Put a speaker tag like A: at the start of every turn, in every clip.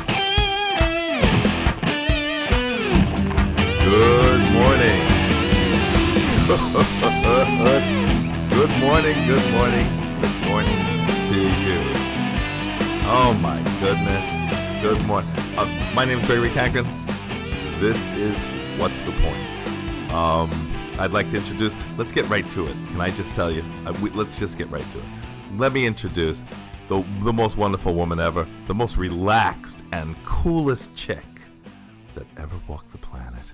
A: Hood, hood. Good morning, good morning, good morning to you. Oh my goodness. Good morning. Uh, my name is Gregory Kankin. This is What's the Point? Um, I'd like to introduce, let's get right to it. Can I just tell you? I, we, let's just get right to it. Let me introduce the, the most wonderful woman ever, the most relaxed and coolest chick that ever walked the planet.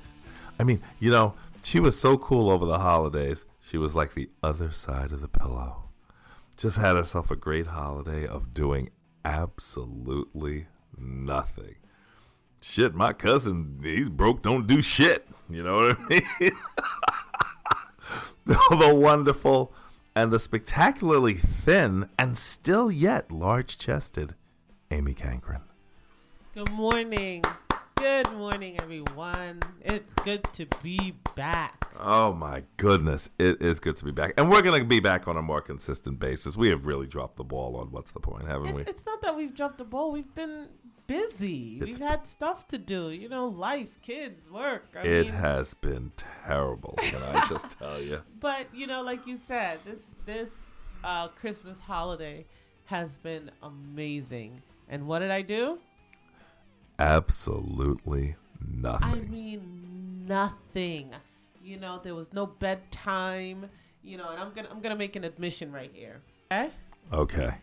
A: I mean, you know, she was so cool over the holidays. She was like the other side of the pillow. Just had herself a great holiday of doing absolutely nothing. Shit, my cousin, he's broke, don't do shit. You know what I mean? the wonderful and the spectacularly thin and still yet large chested Amy Cankren.
B: Good morning. Good morning, everyone. It's good to be back.
A: Oh my goodness, it is good to be back, and we're gonna be back on a more consistent basis. We have really dropped the ball on what's the point, haven't we?
B: It's, it's not that we've dropped the ball. We've been busy.
A: It's-
B: We've had stuff to do. You know, life, kids, work. I
A: It
B: mean,
A: has been terrible. Can I just tell you?
B: but you know, like you said, this this uh, Christmas holiday has been amazing. And what did I do?
A: Absolutely
B: I
A: nothing.
B: mean nothing. You know, there was no bedtime. You know, and I'm gonna I'm gonna make an admission right here. Okay.
A: okay.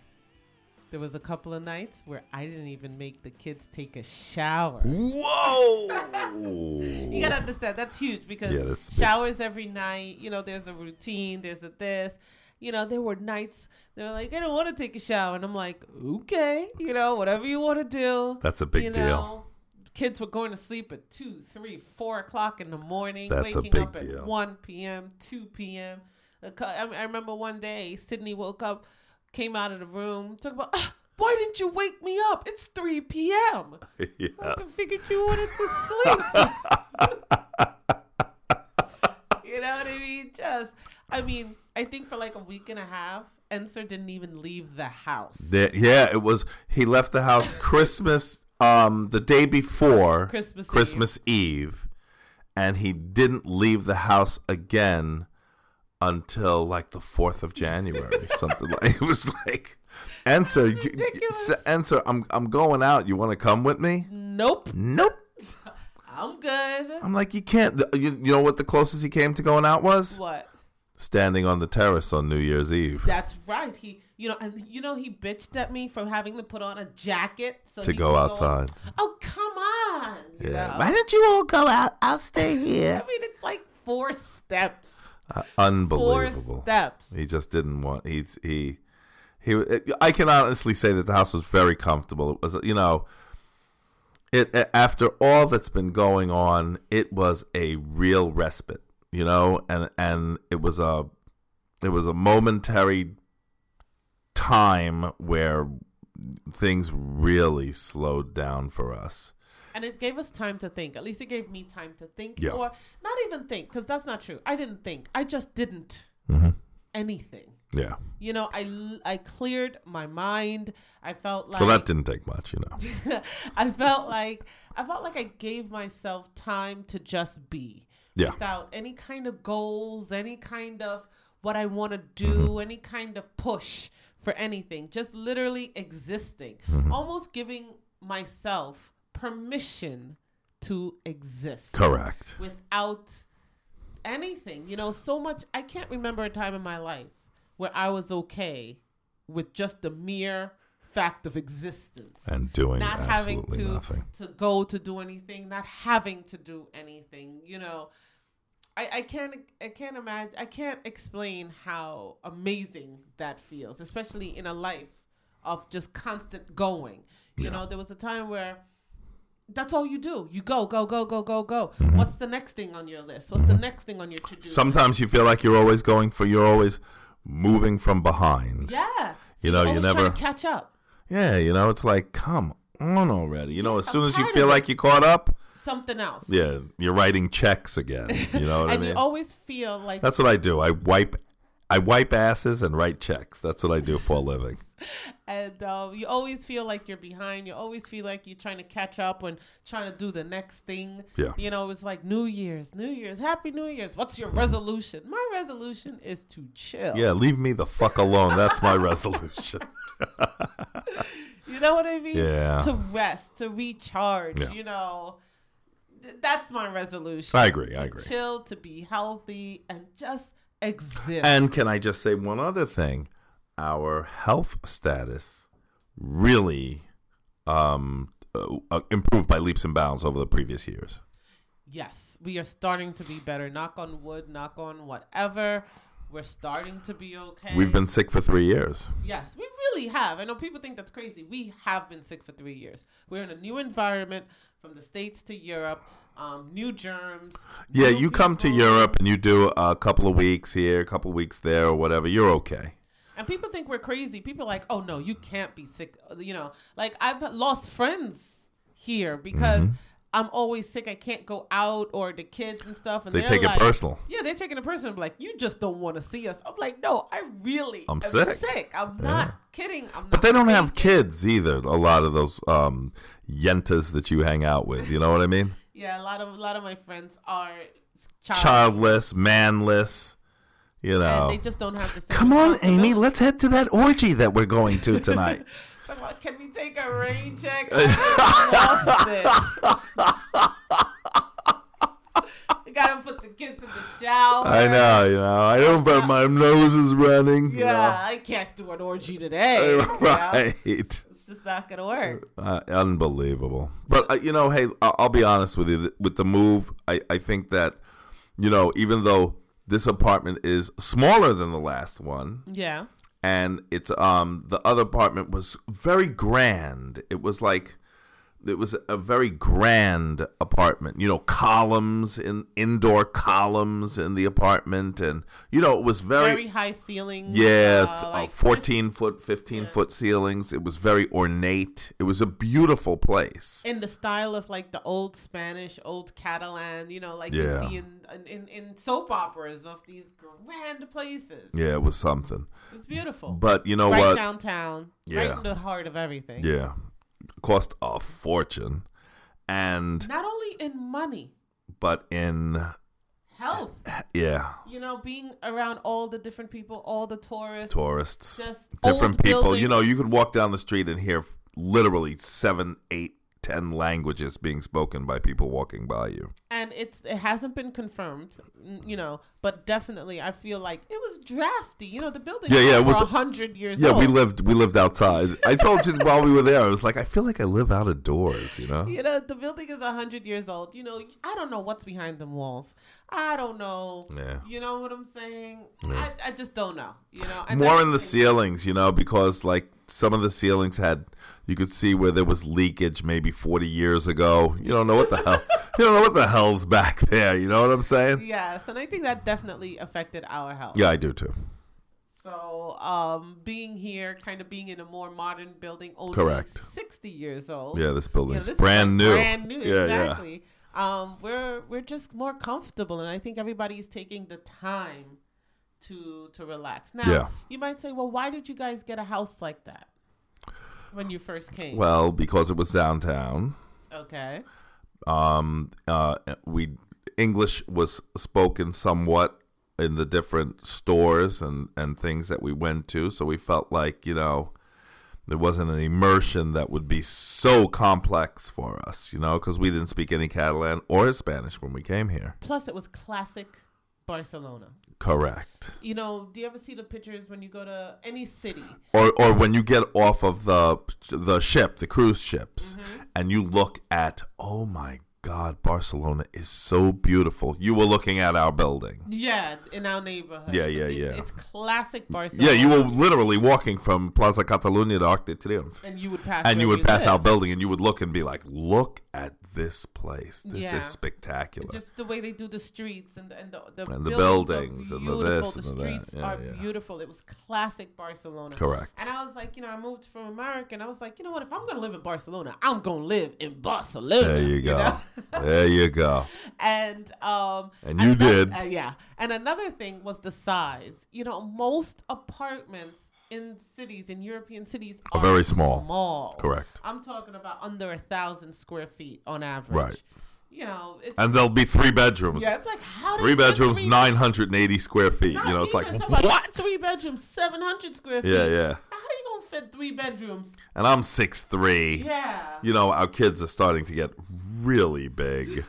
B: There was a couple of nights where I didn't even make the kids take a shower.
A: Whoa.
B: You gotta understand that's huge because
A: Yeah, that's big.
B: showers every night. You know, there's a routine. There's a this. You know, there were nights they were like, I don't want to take a shower, and I'm like, okay, you know, whatever you want to do.
A: That's a big
B: you
A: deal.
B: know, kids were going to sleep at two, three, four o'clock in the morning,
A: That's a
B: waking
A: big
B: up
A: deal.
B: at one p.m., two p.m. A cou- I I remember one day Sydney woke up, came out of the room, talking about, "Ah, why didn't you wake me up? It's three p.m. I
A: yes.
B: figured you wanted to sleep. you know what I mean? Just, I mean, I think for like a week and a half, Enser didn't even leave the house.
A: There- yeah, it was. He left the house Christmas, um, the day before
B: Christmas Eve.
A: Christmas Eve, and he didn't leave the house again until like the fourth of January, something like it was like. Answer,
B: ridiculous.
A: answer. I'm I'm going out. You want to come with me?
B: nope,
A: Nope.
B: I'm good.
A: I'm like you can't. You, you know what the closest he came to going out was
B: What?
A: standing on the terrace on New Year's Eve
B: That's right. He, you know, and you know, he bitched at me for having to put on a jacket so
A: to
B: he
A: go
B: could
A: outside.
B: Oh, come on. you
A: Yeah.
B: know?
A: Why don't you all go out? I'll stay here.
B: I mean, it's like four steps.
A: Uh,
B: Four
A: unbelievable.
B: steps.
A: He just didn't want. He's he he. I can honestly say that the house was very comfortable. It was you know. It a- after all that's been going on, it was a real respite, you know, and and it was a it was a momentary time where things really slowed down for us.
B: and it gave us time to think. At least it gave me time to think,
A: Yeah.
B: or not even think, because that's not true. I didn't think. I just didn't
A: Mm-hmm.
B: anything.
A: Yeah.
B: You know, I l- I cleared my mind. I felt like
A: Well, that didn't take much, you know.
B: I felt like I felt like I gave myself time to just be.
A: Yeah.
B: Without any kind of goals, any kind of what I want to do,
A: Mm-hmm.
B: any kind of push for anything. Just literally existing.
A: Mm-hmm.
B: Almost giving myself permission to exist
A: Correct.
B: without anything. You know, so much. I can't remember a time in my life where I was okay with just the mere fact of existence.
A: And doing
B: Not having
A: absolutely
B: to
A: nothing.
B: to go to do anything, not having to do anything. You know, I, I can't I can't imagine I can't explain how amazing that feels, especially in a life of just constant going. You
A: Yeah.
B: know, there was a time where that's all you do. You go, go, go, go, go, go.
A: Mm-hmm.
B: What's the next thing on your list? What's the next thing on your to do?
A: sometimes you feel like you're always going for you're always moving from behind
B: yeah.
A: You know, you
B: always trying
A: never-
B: to catch up.
A: yeah you know it's like come on already you know as
B: I'm
A: soon as you
B: tired
A: feel
B: of
A: like you caught up
B: Something else.
A: yeah you're writing checks again you know what i
B: And
A: mean
B: you always feel like
A: that's what i do i wipe i wipe asses and write checks that's what i do for a living
B: and um, you always feel like you're behind. You always feel like you're trying to catch up and trying to do the next thing.
A: Yeah.
B: You know, it's like New Year's, New Year's, Happy New Year's. What's your resolution? My resolution is to chill.
A: Yeah, leave me the fuck alone. That's my resolution.
B: You know what I mean?
A: Yeah.
B: To rest, to recharge.
A: Yeah.
B: You know, Th- that's my resolution.
A: I agree. I agree.
B: Chill, to be healthy, and just exist.
A: And can I just say one other thing? Our health status really um, uh, uh, improved by leaps and bounds over the previous years.
B: yes, we are starting to be better. Knock on wood. Knock on whatever. We're starting to be okay.
A: We've been sick for three years.
B: Yes, we really have. I know people think that's crazy. We have been sick for three years. We're in a new environment from the States to Europe, um, new germs.
A: Yeah,
B: new
A: you come to
B: people.
A: Europe and you do a couple of weeks here, a couple of weeks there, or whatever. You're okay.
B: And people think we're crazy. People are like, oh no, you can't be sick. You know, like I've lost friends here because
A: Mm-hmm.
B: I'm always sick. I can't go out or the kids and stuff. And
A: They
B: they're
A: take
B: like-
A: it personal.
B: Yeah, they're taking a person like you just don't want to see us. I'm like, no, I really
A: I'm
B: am
A: sick.
B: I'm not kidding. I'm not
A: But they don't
B: fake."
A: have kids either. A lot of those um, yentas that you hang out with, you know what I mean?
B: Yeah, a lot of a lot of my friends are
A: Childless, manless, you know.
B: and Uh, they just don't have the same
A: Come on,
B: responsibility.
A: Amy, let's head to that orgy that we're going to tonight.
B: Talking about, can we take a rain check? I lost it. we gotta put the kids in the shower.
A: I know, you know. I don't, but my nose is running. you
B: Yeah,
A: know.
B: I can't do an orgy today. you know?
A: right.
B: It's just not gonna work.
A: Uh, unbelievable. But uh, you know, hey, I- I'll be honest with you. Th- With the move, I I think that you know, even though this apartment is smaller than the last one,
B: Yeah.
A: and it's um the other apartment was very grand. It was like it was a very grand apartment. You know, columns in indoor columns in the apartment, and you know it was
B: Very,
A: very.
B: high ceiling.
A: yeah,
B: uh,
A: th- uh,
B: like-
A: 14 foot, 15 foot ceilings. It was very ornate. It was a beautiful place.
B: in the style of like the old Spanish, old Catalan, you know, like
A: Yeah.
B: you see in, in in soap operas of these grand places.
A: Yeah, it was something.
B: It's beautiful.
A: But you know
B: right
A: what?
B: downtown, right
A: Yeah.
B: in the heart of everything.
A: Yeah. Cost a fortune. And
B: Not only in money,
A: but in
B: health.
A: yeah,
B: You know, being around all the different people, all the tourists.
A: tourists,
B: Just
A: different
B: old
A: people. You
B: buildings.
A: know, you could walk down the street and hear literally seven, eight, ten languages being spoken by people walking by you.
B: and it's it hasn't been confirmed, n- you know, but definitely I feel like it was drafty. You know, the building
A: Yeah, yeah, it
B: it
A: was-
B: was 100 years
A: Yeah,
B: old.
A: we lived we lived outside. I told you while we were there, I was like, I feel like I live out of doors, you know?
B: You know, the building is 100 years old. You know, I don't know what's behind them walls. I don't know.
A: Yeah.
B: You know what I'm saying? I, I just don't know. You know, and
A: More
B: that's
A: in the
B: thing.
A: ceilings, you know, because like some of the ceilings had, you could see where there was leakage maybe 40 years ago. You don't know what the hell, you don't know what the hell's back there. You know what I'm saying?
B: Yes, and I think that definitely affected our health.
A: Yeah, I do too.
B: So, um, being here, kind of being in a more modern building, only
A: Correct.
B: 60 years old.
A: Yeah, this
B: You know,
A: building's
B: this is,
A: brand
B: like,
A: new.
B: Brand new,
A: Yeah, yeah.
B: exactly. Um, we're we're just more comfortable, and I think everybody's taking the time to to relax. Now,
A: Yeah.
B: you might say, well, why did you guys get a house like that when you first came?
A: Well, because it was downtown,
B: okay,
A: um, uh, we English was spoken somewhat in the different stores and and things that we went to, so we felt like you know. there wasn't an immersion that would be so complex for us, you know, because we didn't speak any Catalan or Spanish when we came here.
B: plus it was classic Barcelona.
A: Correct.
B: You know, do you ever see the pictures when you go to any city?
A: Or, or when you get off of the the ship, the cruise ships, and you look at, oh my God, Barcelona is so beautiful. You were looking at our building.
B: Yeah, in our neighborhood.
A: Yeah, yeah,
B: It's-
A: yeah.
B: It's classic Barcelona.
A: Yeah, you were
B: um,
A: literally walking from Plaza Catalunya to Arc de Triomphe.
B: and you would pass
A: And you
B: where
A: would pass
B: live.
A: our building and you would look and be like, look at this place. This
B: Yeah.
A: is spectacular.
B: Just the way they do the streets and the, and the, the,
A: And the buildings
B: buildings, are
A: and the
B: beautiful.
A: this
B: the
A: and the that.
B: streets
A: Yeah,
B: are
A: yeah.
B: beautiful. It was classic Barcelona.
A: Correct.
B: And I was like, you know, I moved from America, and I was like, you know what? If I'm gonna live in Barcelona, I'm gonna live in Barcelona.
A: There you go.
B: know?
A: there you go.
B: and um,
A: And you
B: anoth-
A: did.
B: uh, yeah. And another thing was the size. You know, most apartments in cities, in European cities,
A: Are
B: are
A: very small.
B: Small.
A: Correct.
B: I'm talking about under a thousand square feet on average.
A: Right.
B: You know, it's,
A: And there'll be three bedrooms.
B: yeah, it's like how do
A: Three
B: you fit
A: bedrooms,
B: three-
A: 980 square feet.
B: not
A: you know, it's like,
B: even, talking about
A: what?
B: Three bedrooms, seven hundred square feet.
A: Yeah, yeah.
B: How you gonna fit three bedrooms?
A: And I'm six three.
B: Yeah.
A: You know, our kids are starting to get really big.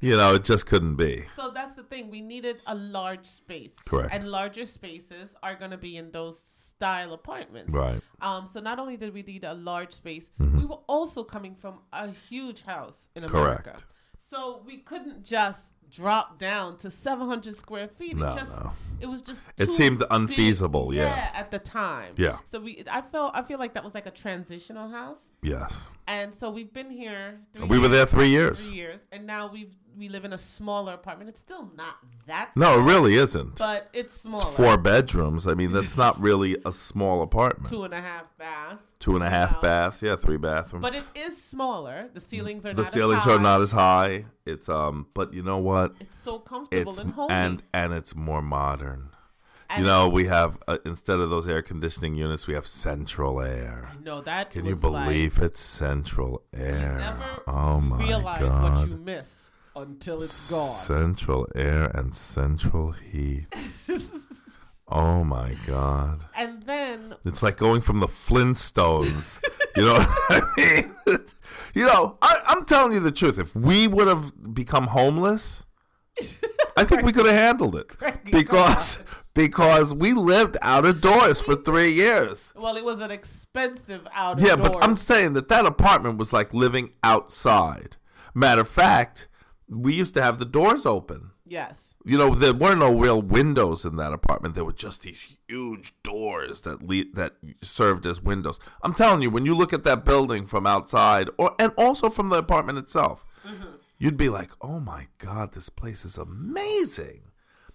A: you know, it just couldn't be.
B: So that's the thing. We needed a large space.
A: Correct.
B: And larger spaces are going to be in those style apartments.
A: Right.
B: Um, so not only did we need a large space,
A: Mm-hmm.
B: we were also coming from a huge house in America.
A: Correct.
B: So we couldn't just drop down to 700 square feet.
A: No,
B: it just,
A: no.
B: It was just.
A: It
B: too
A: seemed
B: big.
A: unfeasible, yeah.
B: At the time.
A: Yeah.
B: So we, I felt, I feel like that was like a transitional house,
A: Yes.
B: and so we've been here. Three
A: We were
B: years
A: there three years.
B: three years, and now we we live in a smaller apartment. It's still not that,
A: No, it really isn't.
B: but it's
A: It's
B: smaller.
A: four bedrooms. I mean, that's not really a small apartment.
B: Two and a half bath,
A: Two and a half
B: Wow.
A: baths. Yeah, three bathrooms.
B: but it is smaller. The ceilings are
A: the
B: not
A: ceilings
B: as high.
A: are not as high. It's um, but you know what?
B: It's so comfortable
A: It's
B: and homey.
A: and and it's more modern.
B: And
A: You know, we have uh, instead of those air conditioning units, we have central air.
B: no, that
A: Can
B: was
A: you believe it's central air?
B: Like, never
A: oh my
B: realize
A: god!
B: what you miss until it's gone.
A: Central air and central heat. oh my god!
B: and then
A: It's like going from the Flintstones. you know what I mean? you know, I, I'm telling you the truth. If we would have become homeless, I think we could have handled it
B: Craig,
A: because because we lived out of doors for three years.
B: well, it was an expensive outdoor.
A: Yeah, but I'm saying that that apartment was like living outside. Matter of fact, we used to have the doors open.
B: yes.
A: You know, there were no real windows in that apartment. There were just these huge doors that le- that served as windows. I'm telling you, when you look at that building from outside, or and also from the apartment itself, you'd be like, "Oh my god, this place is amazing."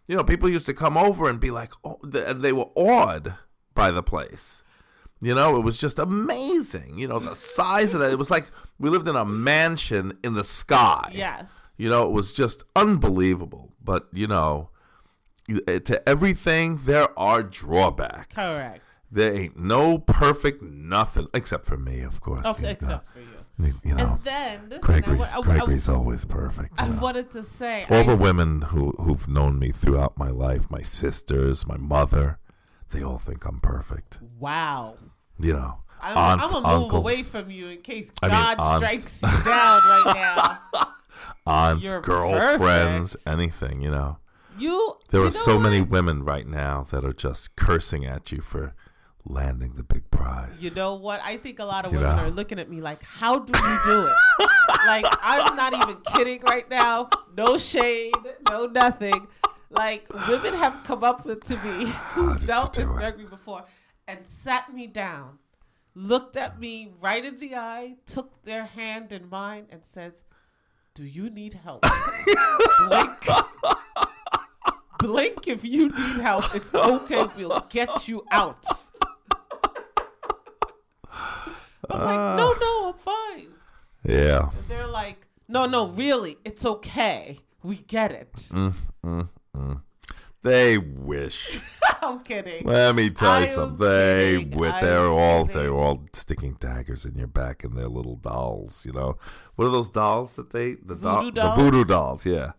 A: You know, people used to come over and be like, "Oh," th- and they were awed by the place. You know, it was just amazing. You know, the size of it. It was like we lived in a mansion in the sky.
B: Yes.
A: You know, it was just unbelievable. But you know, you- eh, to everything there are drawbacks.
B: Correct.
A: There ain't no perfect nothing except for me, of course.
B: Okay,
A: you
B: except for you.
A: know, you know
B: And then and I wa-
A: Oh, Gregory's
B: I- I-
A: Gregory's always perfect.
B: I
A: you know.
B: wanted to say
A: All
B: I
A: the women who who've known me throughout my life, my sisters, my mother, they all think I'm perfect.
B: Wow.
A: You know,
B: I'm,
A: aunts,
B: I'm gonna
A: uncles,
B: move away from you in case
A: I mean,
B: God
A: aunts.
B: strikes you down right now.
A: aunts,
B: You're
A: girlfriends, anything. You know.
B: You.
A: There
B: you
A: are
B: know
A: so many
B: what?
A: women right now that are just cursing at you for landing the big prize.
B: You know what? I think a lot of
A: You
B: women
A: know.
B: are looking at me like, "How do you do it?" like I'm not even kidding right now. No shade. No nothing. Like women have come up with to me who
A: did you
B: dealt with
A: do it?
B: Gregory before and sat me down, looked at me right in the eye, took their hand in mine, and says, "Do you need help?" Blink. Blink if you need help. It's okay. We'll get you out. I'm like,
A: Ah.
B: no, no, I'm fine.
A: yeah.
B: They're like, no, no, really, it's okay. We get it.
A: Mm. They wish.
B: I'm kidding.
A: Let me tell you
B: I'm
A: something. They
B: kidding.
A: wi-
B: I'm
A: they're all
B: kidding.
A: they're all sticking daggers in your back and their little dolls, you know. What are those dolls that they the doll
B: Voodoo
A: the
B: dolls?
A: voodoo dolls, yeah.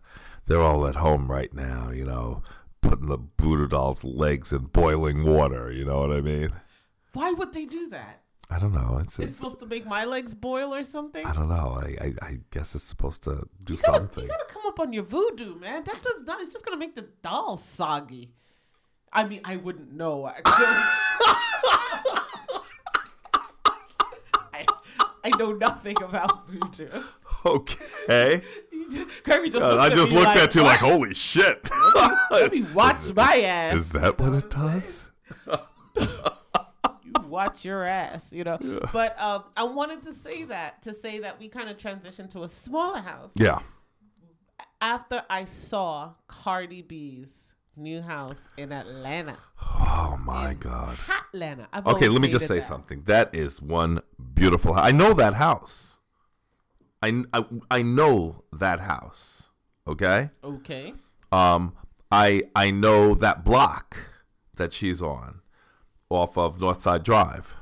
A: They're all at home right now, you know, putting the voodoo doll's legs in boiling water, you know what I mean?
B: Why would they do that?
A: I don't know. It's,
B: It's
A: it's
B: supposed to make my legs boil or something?
A: I don't know. I, I, I guess it's supposed to do
B: You gotta,
A: something.
B: you gotta come up on your voodoo, man. That does not. It's just gonna make the doll soggy. I mean, I wouldn't know actually. I, I know nothing about voodoo.
A: Okay.
B: You just- Kirby just
A: Uh, I
B: looked at
A: just
B: me
A: looked at you like,
B: "What?
A: holy shit.
B: Let me watch my ass.
A: Is that what it does?
B: you watch your ass, you know. But um, I wanted to say that to say that we kind of transitioned to a smaller house
A: Yeah.
B: after I saw Cardi B's new house in Atlanta,
A: Oh my God.
B: Atlanta. I've
A: Okay,
B: always
A: let me just
B: hated
A: say
B: that.
A: something. That is one beautiful house. I know that house. I, I, I know that house. Okay?
B: Okay,
A: Um, I I know that block that she's on. off of Northside Drive.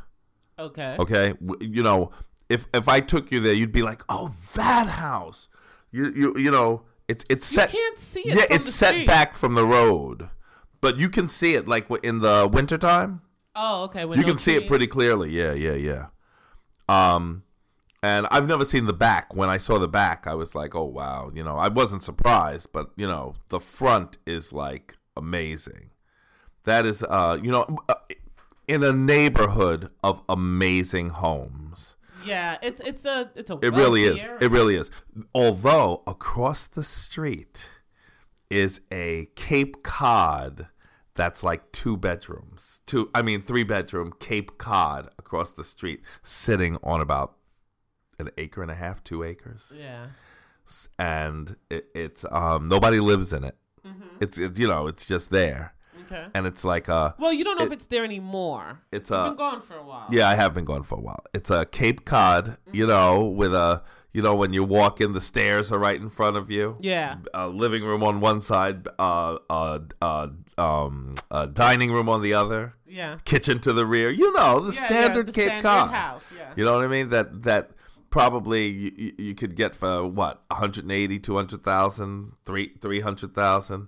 B: Okay.
A: Okay, W- you know, if if I took you there, you'd be like, "Oh, that house." You you you know, it's it's
B: You
A: set.
B: can't see it.
A: yeah,
B: from
A: it's
B: the
A: set
B: street.
A: back from the road, but you can see it like in the wintertime.
B: Oh, okay.
A: You can see it pretty clearly. Yeah, yeah, yeah. Um, and I've never seen the back. When I saw the back, I was like, "Oh wow!" You know, I wasn't surprised, but you know, the front is like amazing. That is, uh, you know, in a neighborhood of amazing homes.
B: Yeah, it's it's a it's a.
A: It really
B: wealthy
A: is.
B: area.
A: It really is. Although across the street is a Cape Cod that's like two bedrooms, two I mean three bedroom Cape Cod across the street, sitting on about an acre and a half, two acres,
B: Yeah.
A: S- and it, it's um nobody lives in it. It's it, you know it's just there,
B: Mm-hmm, Okay.
A: and it's like a
B: Well, you don't know if
A: it-
B: it's there anymore.
A: it's
B: It's
A: a
B: been gone for a while.
A: Yeah, I have been going for a while. It's a Cape Cod, you know, with a you know when you walk in, the stairs are right in front of you.
B: Yeah.
A: A Uh, living room on one side, uh, uh, uh, um, a dining room on the other,
B: Yeah.
A: kitchen to the rear. You know the
B: Yeah, yeah,
A: standard
B: the
A: Cape
B: standard
A: Cod.
B: house, yeah.
A: You know what I mean? That that probably you, you- you could get for what 180, 200,000, 300,000.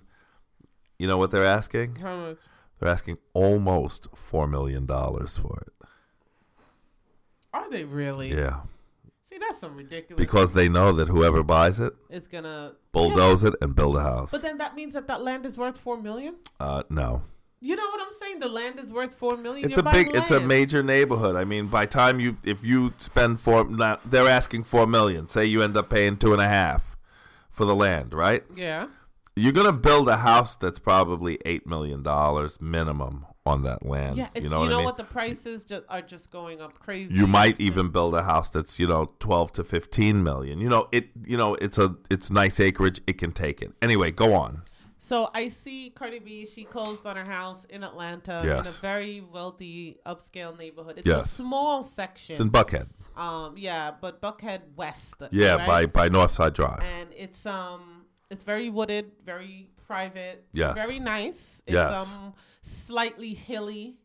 A: You know what they're asking?
B: How much?
A: They're asking almost four million dollars for it.
B: Are they really?
A: Yeah.
B: See, that's some ridiculous.
A: because they know that whoever buys it
B: it's gonna Yeah,
A: bulldoze it and build a house.
B: But then that means that that land is worth four million.
A: uh, no,
B: You know what I'm saying? The land is worth four million.
A: it's
B: You're
A: a big,
B: buying
A: it's a
B: land.
A: major neighborhood. I mean, by time you, if you spend four, now, they're asking four million. Say you end up paying two and a half for the land, right?
B: Yeah.
A: You're gonna build a house that's probably eight million dollars minimum on that land.
B: Yeah. It's,
A: you know what I mean?
B: The prices just are just going up crazy.
A: you might e-,
B: It's-
A: even build a house that's you know 12 to 15 million you know it you know it's a it's nice acreage it can take it anyway go on
B: So I see Cardi B. She closed on her house in Atlanta in
A: Yes.
B: a very wealthy upscale neighborhood. It's a
A: Yes.
B: small section.
A: it's in buckhead
B: um, yeah, but Buckhead West.
A: yeah
B: right?
A: by by northside drive
B: and it's um it's very wooded, very private,
A: Yes.
B: very nice. It's
A: Yes.
B: um slightly hilly.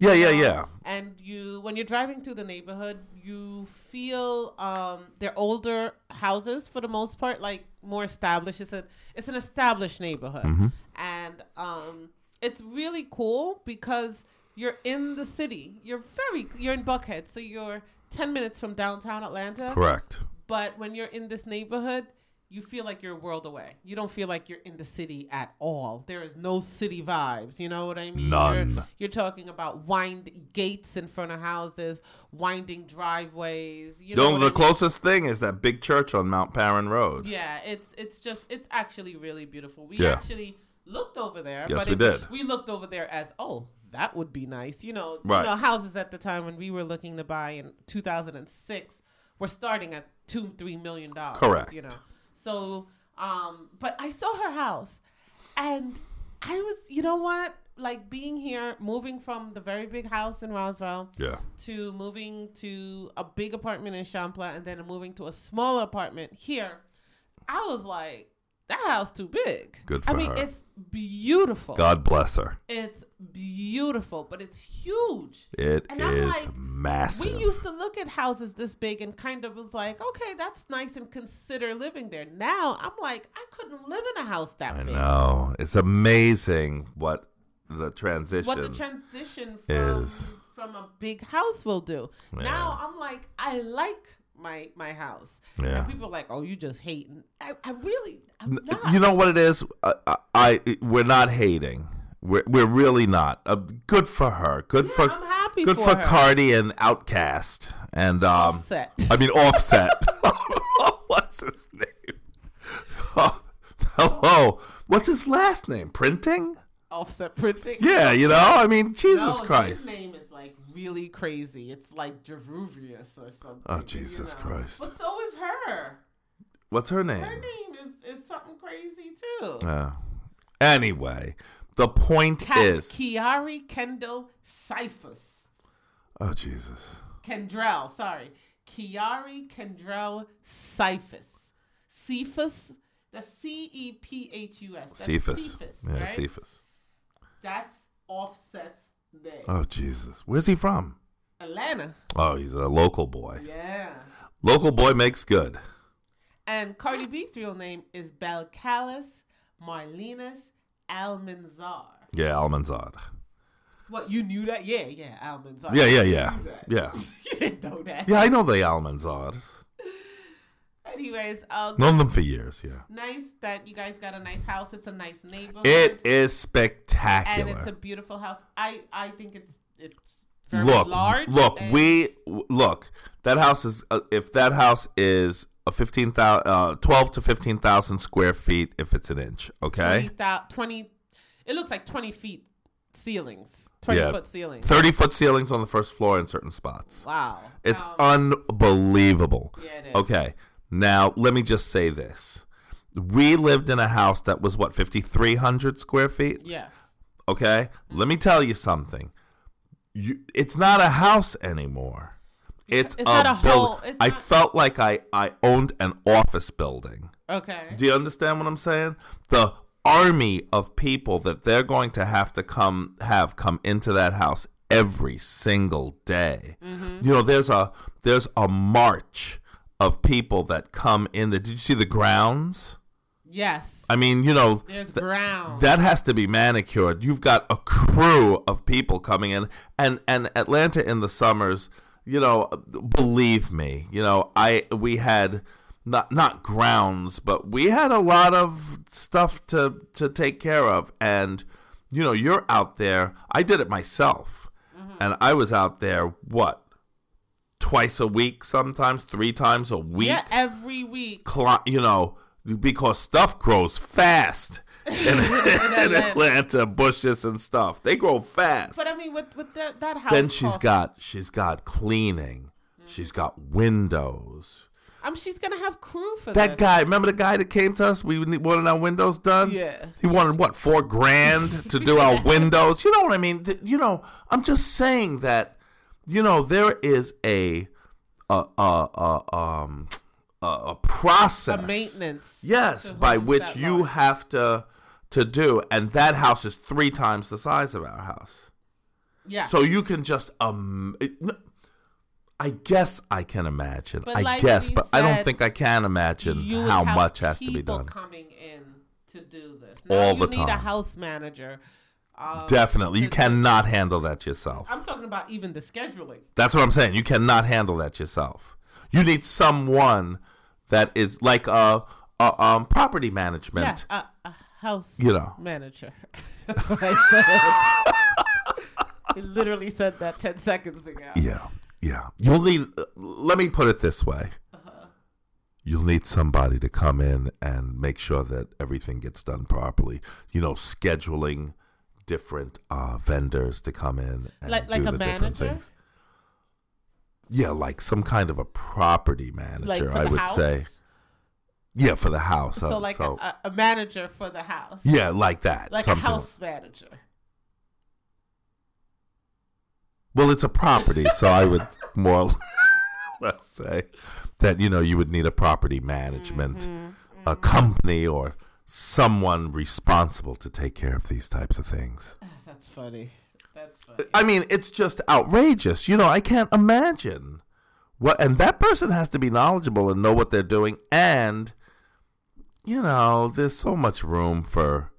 A: Yeah, yeah,
B: um,
A: yeah.
B: And you when you're driving through the neighborhood, you feel um they're older houses for the most part, like more established. It's a it's an established neighborhood. And um it's really cool because you're in the city. You're very you're in Buckhead, so you're 10 minutes from downtown Atlanta.
A: Correct.
B: But when you're in this neighborhood, you feel like you're a world away. You don't feel like you're in the city at all. There is no city vibes. You know what I mean? You're,
A: None.
B: you're talking about wind gates in front of houses, winding driveways. You know
A: The,
B: what
A: the
B: I mean?
A: closest thing is that big church on Mount Perrin Road.
B: Yeah, it's it's just it's actually really beautiful. We
A: Yeah.
B: actually looked over there.
A: Yes,
B: but
A: we
B: it-
A: did.
B: We looked over there as oh that would be nice. You know,
A: Right.
B: you know houses at the time when we were looking to buy in 2006 were starting at two three million dollars.
A: Correct.
B: You know, so um, but I saw her house, and I was you know what like being here moving from the very big house in Roswell
A: Yeah.
B: to moving to a big apartment in Champlain and then moving to a smaller apartment here, I was like, that house too big.
A: Good
B: I
A: for
B: mean,
A: her.
B: it's beautiful.
A: God bless her.
B: It's beautiful, but it's huge.
A: It is
B: And I'm like,
A: massive.
B: We used to look at houses this big and kind of was like, okay, that's nice and consider living there. Now I'm like, I couldn't live in a house that
A: I
B: big.
A: know. It's amazing what the transition.
B: what the transition from,
A: is.
B: from a big house will do. Now
A: Yeah.
B: I'm like, I like my my house.
A: Yeah.
B: And people are like, oh, you just hating. I, I really, I'm
A: N-
B: not.
A: You know what it is? I, I, I we're not hating. We're, we're really not. Uh, good for her. Good
B: Yeah,
A: for
B: I'm happy
A: good
B: for
A: for
B: her.
A: Cardi and Outcast and um
B: Offset.
A: I mean Offset. What's his name? Oh, hello. What's his last name? Printing?
B: Offset printing.
A: Yeah, you know. I mean,
B: No,
A: Jesus
B: His
A: Christ.
B: name is like really crazy. It's like Jeruvius or something.
A: Oh,
B: you
A: Jesus
B: know.
A: Christ.
B: But so is her.
A: What's her name?
B: Her name is, is something crazy too.
A: Yeah. Anyway, the point
B: Kat
A: is.
B: Kiari Kendall Cyphers.
A: Oh Jesus.
B: Kendrell, sorry. Kiari Kendrell Cephas. Cephas? The C E P H U S. That's
A: Cephas. Yeah,
B: right?
A: Cephas.
B: That's Offset's Day.
A: Oh Jesus, where's he from?
B: Atlanta.
A: Oh, he's a local boy.
B: Yeah.
A: Local boy makes good.
B: And Cardi B's real name is Belcalis Marlenas Almanzar.
A: Yeah, Almanzad.
B: What, you knew that? Yeah, yeah, Almanzar.
A: Yeah, yeah, yeah,
B: You knew that.
A: yeah,
B: you didn't know that.
A: yeah. I know the Almanzars.
B: Anyways, uh,
A: Known them for years. Yeah.
B: nice that you guys got a nice house. It's a nice neighborhood.
A: It is
B: and
A: spectacular.
B: it's a beautiful house. I, I think it's it's very
A: look,
B: large.
A: look,
B: and-
A: we w- look. That house is uh, if that house is a fifteen thousand, uh, twelve to fifteen thousand square feet, if it's an inch. Okay,
B: 20, 20 it looks like 20 feet ceilings 20
A: Yeah.
B: foot ceilings
A: thirty foot ceilings on the first floor in certain spots.
B: wow
A: It's
B: Um,
A: unbelievable.
B: yeah, it is.
A: Okay, now let me just say this: we lived in a house that was what fifty three hundred square feet.
B: yeah
A: Okay, let me tell you something. You, it's not a house anymore. It's,
B: It's
A: a,
B: not a
A: building.
B: whole- it's
A: I
B: not-
A: felt like I, I owned an office building.
B: okay
A: Do you understand what I'm saying? The army of people that they're going to have to come have come into that house every single day.
B: Mm-hmm.
A: You know, there's a there's a march of people that come in there. Did you see the grounds?
B: yes
A: I mean, you know,
B: there's
A: th-
B: ground
A: that has to be manicured. You've got a crew of people coming in, and and Atlanta in the summers, you know, believe me, you know, I we had not not grounds, but we had a lot of stuff to to take care of, and you know, you're out there. I did it myself, and I was out there what twice a week, sometimes three times a week
B: yeah every week
A: cli- you know, because stuff grows fast in, in
B: Atlanta.
A: Atlanta, bushes and stuff. They grow fast.
B: but i mean with with that that house
A: then she's
B: cost-
A: got she's got cleaning.
B: Mm.
A: She's got windows.
B: i'm she's gonna have crew for
A: That
B: this.
A: guy, remember the guy that came to us? We ne- wanted our windows done.
B: Yeah.
A: He wanted what four grand to do our windows. You know what I mean? Th- You know, I'm just saying that. You know, there is a a a, a um a, a process
B: a maintenance
A: Yes,
B: to
A: by
B: whom
A: which
B: that
A: you
B: lies.
A: have to to do, and that house is three times the size of our house.
B: yeah
A: So you can just um, it- n- I guess I can imagine.
B: But
A: I
B: like
A: guess,
B: we
A: but I don't
B: said,
A: think I can imagine
B: you would
A: how
B: have
A: much has to be
B: people
A: done.
B: coming in to do this Now
A: All
B: you
A: the
B: need a
A: time.
B: house manager um,
A: Definitely, you
B: to-
A: cannot handle that yourself.
B: i'm talking about even the scheduling
A: That's what I'm saying. You cannot handle that yourself. You need someone that is like a, a um property
B: yeah
A: management.
B: a, a house
A: You know.
B: manager. That's what I said. it literally said that 10 seconds ago.
A: Yeah, yeah. You'll need. Let me put it this way.
B: Uh-huh.
A: You'll need somebody to come in and make sure that everything gets done properly. You know, scheduling different uh, vendors to come in and
B: Like-
A: do
B: like a
A: the different
B: manager?
A: things. Yeah, like some kind of a property manager,
B: Like for
A: I
B: the
A: would
B: house.
A: say. Yeah, for the house.
B: So,
A: uh,
B: like
A: so-
B: a, a manager for the house.
A: yeah, like that.
B: Like
A: something.
B: a house manager.
A: Well, it's a property, so I would more or less say that you know you would need a property management,
B: Mm-hmm,
A: a company, or someone responsible to take care of these types of things.
B: That's funny. That's funny.
A: I mean, it's just outrageous. You know, I can't imagine what, and that person has to be knowledgeable and know what they're doing, and you know, there's so much room for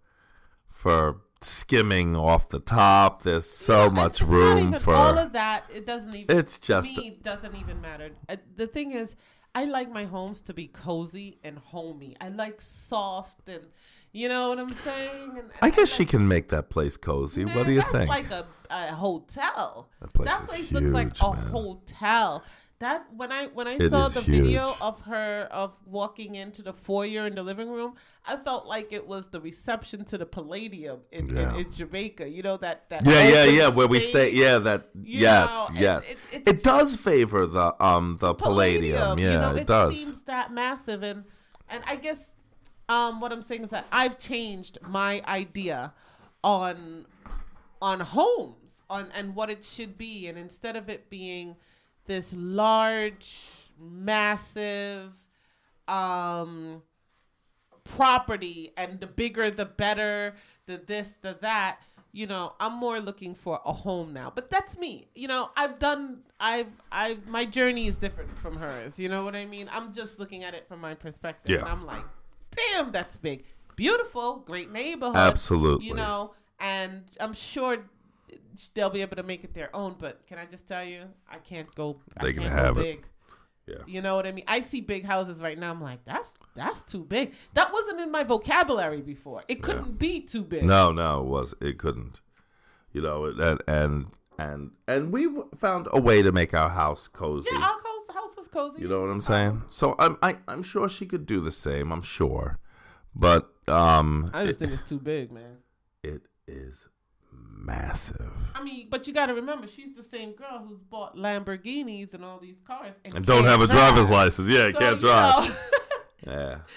A: for skimming off the top. There's so
B: It's-
A: much
B: it's not
A: room
B: even
A: for.
B: all of that. It doesn't even.
A: It's just-
B: to me doesn't even matter. Uh, The thing is, I like my homes to be cozy and homey. I like soft and, you know what I'm saying. And,
A: I
B: and
A: guess
B: like-
A: she can make that place cozy. what
B: Man,
A: do you
B: that's
A: think?
B: Like a, a hotel.
A: That place
B: that
A: is
B: place looks like
A: huge,
B: a
A: man.
B: hotel. That when I when I
A: It
B: saw
A: is
B: the video
A: huge.
B: of her of walking into the foyer in the living room, I felt like it was the reception to the Palladium in,
A: Yeah.
B: in, in Jamaica. You know that that
A: yeah, yeah,
B: open
A: yeah. Where we
B: space.
A: stay. Yeah, that.
B: You
A: yes,
B: know, it-
A: yes. It,
B: it- it's
A: does favor the um the palladium.
B: you
A: Yeah,
B: know,
A: it, does.
B: seems that massive, and and I guess um, what I'm saying is that I've changed my idea on on homes on and what it should be, and instead of it being this large, massive um, property, and the bigger the better, the this, the that. you know i'm more looking for a home now but that's me you know i've done i've i've my journey is different from hers you know what i mean i'm just looking at it from my perspective
A: Yeah.
B: and i'm like damn that's big beautiful great neighborhood
A: Absolutely.
B: you know and i'm sure they'll be able to make it their own but can i just tell you i can't go
A: They
B: I
A: can
B: can't
A: have
B: go
A: it.
B: big.
A: Yeah.
B: You know what I mean? I see big houses right now. I'm like, that's that's too big. That wasn't in my vocabulary before. It couldn't be too big.
A: No, no, it was it couldn't. You know, it- and and and and we w- found a way to make our house cozy.
B: Yeah, our house, house was cozy.
A: You know what I'm saying? So I'm I, I'm sure she could do the same. I'm sure, but um,
B: I just
A: it,
B: think it's too big, man.
A: it is massive.
B: I mean, but you got to remember, she's the same girl who's bought Lamborghinis and all these cars and,
A: And don't have a
B: can't
A: driver's
B: drive.
A: license. Yeah,
B: So,
A: can't
B: you
A: drive.
B: know-
A: Yeah.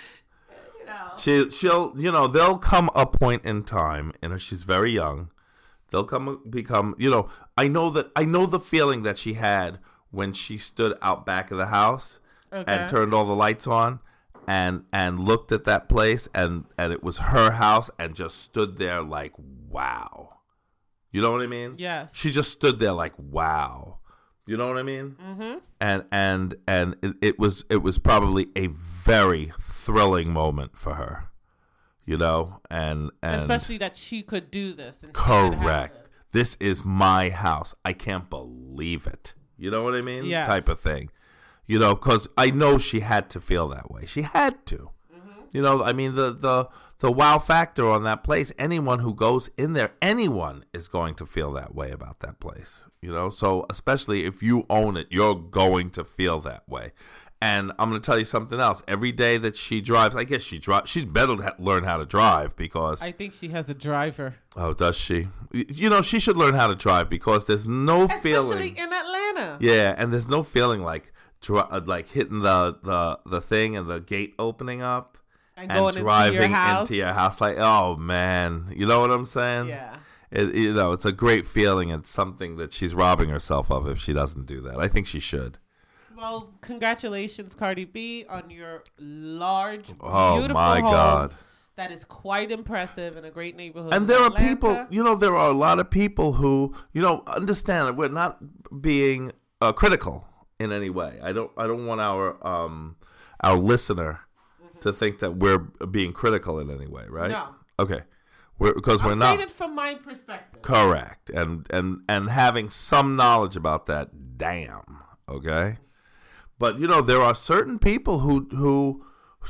B: you know.
A: She, she'll, you know, there'll come a point in time, and she's very young. They'll come, become, you know. I know that I know the feeling that she had when she stood out back of the house
B: Okay.
A: and turned all the lights on, and and looked at that place, and and it was her house, and just stood there like, wow, you know what I mean?
B: Yes.
A: She just stood there like, wow, you know what I mean?
B: Mm-hmm.
A: and and and it, it was it was probably a very thrilling moment for her you know and and
B: Especially that she could do this. And she could have
A: correct this is my house i can't believe it you know what i mean
B: Yes.
A: type of thing you know because i know she had to feel that way she had to you know i mean the the the wow factor on that place anyone who goes in there anyone is going to feel that way about that place you know so especially if you own it you're going to feel that way and i'm going to tell you something else every day that she drives i guess she drives she's better to ha- learn how to drive because
B: this. I think she has a driver.
A: Oh, does she? Y- You know, she should learn how to drive because there's no
B: Especially
A: feeling.
B: in Atlanta.
A: Yeah, and there's no feeling like dri- uh, like hitting the, the the thing and the gate opening up
B: And
A: and,
B: going
A: driving
B: into your house.
A: Like, oh man, you know what I'm saying?
B: yeah.
A: It, you know, it's a great feeling and something that she's robbing herself of if she doesn't do that. I think she should.
B: Well, congratulations, Cardi B, on your large,
A: Oh,
B: beautiful
A: my
B: home.
A: God.
B: That is quite impressive in a great neighborhood.
A: And
B: of
A: there are
B: Atlanta.
A: people, you know, there are a lot of people who, you know, understand that we're not being uh, critical in any way. I don't, I don't want our, um, our listener to think that we're being critical in any way, right?
B: Mm-hmm. No.
A: Okay. We're, because we're
B: I'm
A: not
B: saying it from my perspective.
A: correct, and and and having some knowledge about that, damn. Okay. But you know, there are certain people who who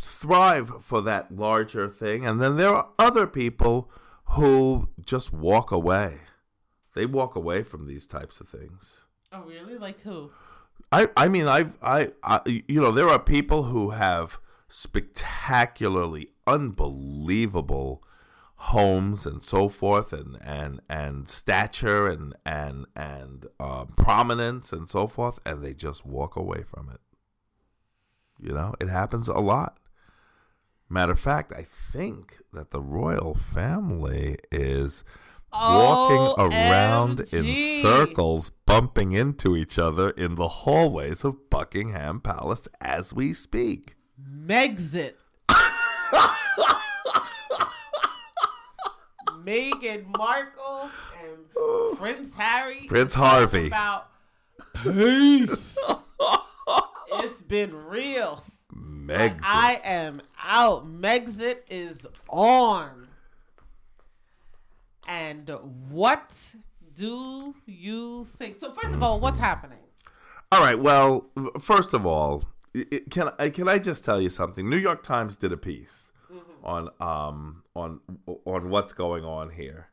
A: thrive for that larger thing, and then there are other people who just walk away. They walk away from these types of things.
B: Oh, really? Like who?
A: I I mean I've I, I you know there are people who have spectacularly unbelievable homes and so forth and and and stature and and and uh, prominence and so forth and they just walk away from it. You know it happens a lot. Matter of fact, I think that the royal family is walking around in
B: OMG.
A: circles, bumping into each other in the hallways of Buckingham Palace as we speak.
B: Megxit. Meghan Markle and Prince Harry.
A: Prince Harvey.
B: About
A: Peace.
B: it's been real.
A: Megxit.
B: I am out. Megxit is on. And what do you think? So first of all, what's happening?
A: All right. Well, first of all, i- i- can I can I just tell you something? New York Times did a piece
B: Mm-hmm.
A: on um on on what's going on here,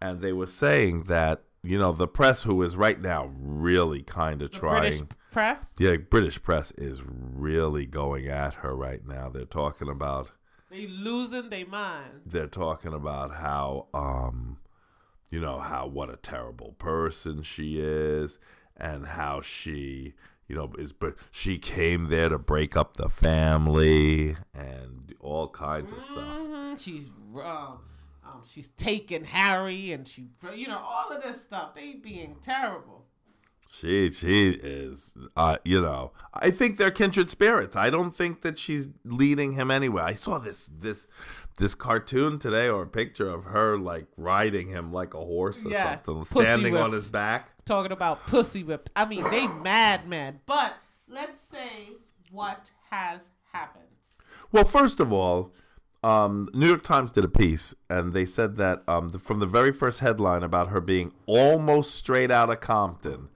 A: and they were saying that you know the press, who is right now really kind of
B: The
A: trying.
B: British press.
A: Yeah, British press is really going at her right now. They're talking about
B: They losing their minds.
A: they're talking about how um you know how what a terrible person she is and how she you know is but she came there to break up the family and all kinds of stuff.
B: Mhm, She's um, um, she's taking Harry, and she, you know, all of this stuff. They being terrible.
A: She she is uh you know I think they're kindred spirits. I don't think that she's leading him anywhere. I saw this this this cartoon today or a picture of her like riding him like a horse or
B: Yeah,
A: something,
B: pussy
A: standing on
B: whipped.
A: his back.
B: talking about pussy whipped. I mean, they mad mad. But let's say what has happened.
A: Well, first of all, um, New York Times did a piece, and they said that um, the, from the very first headline about her being almost straight out of Compton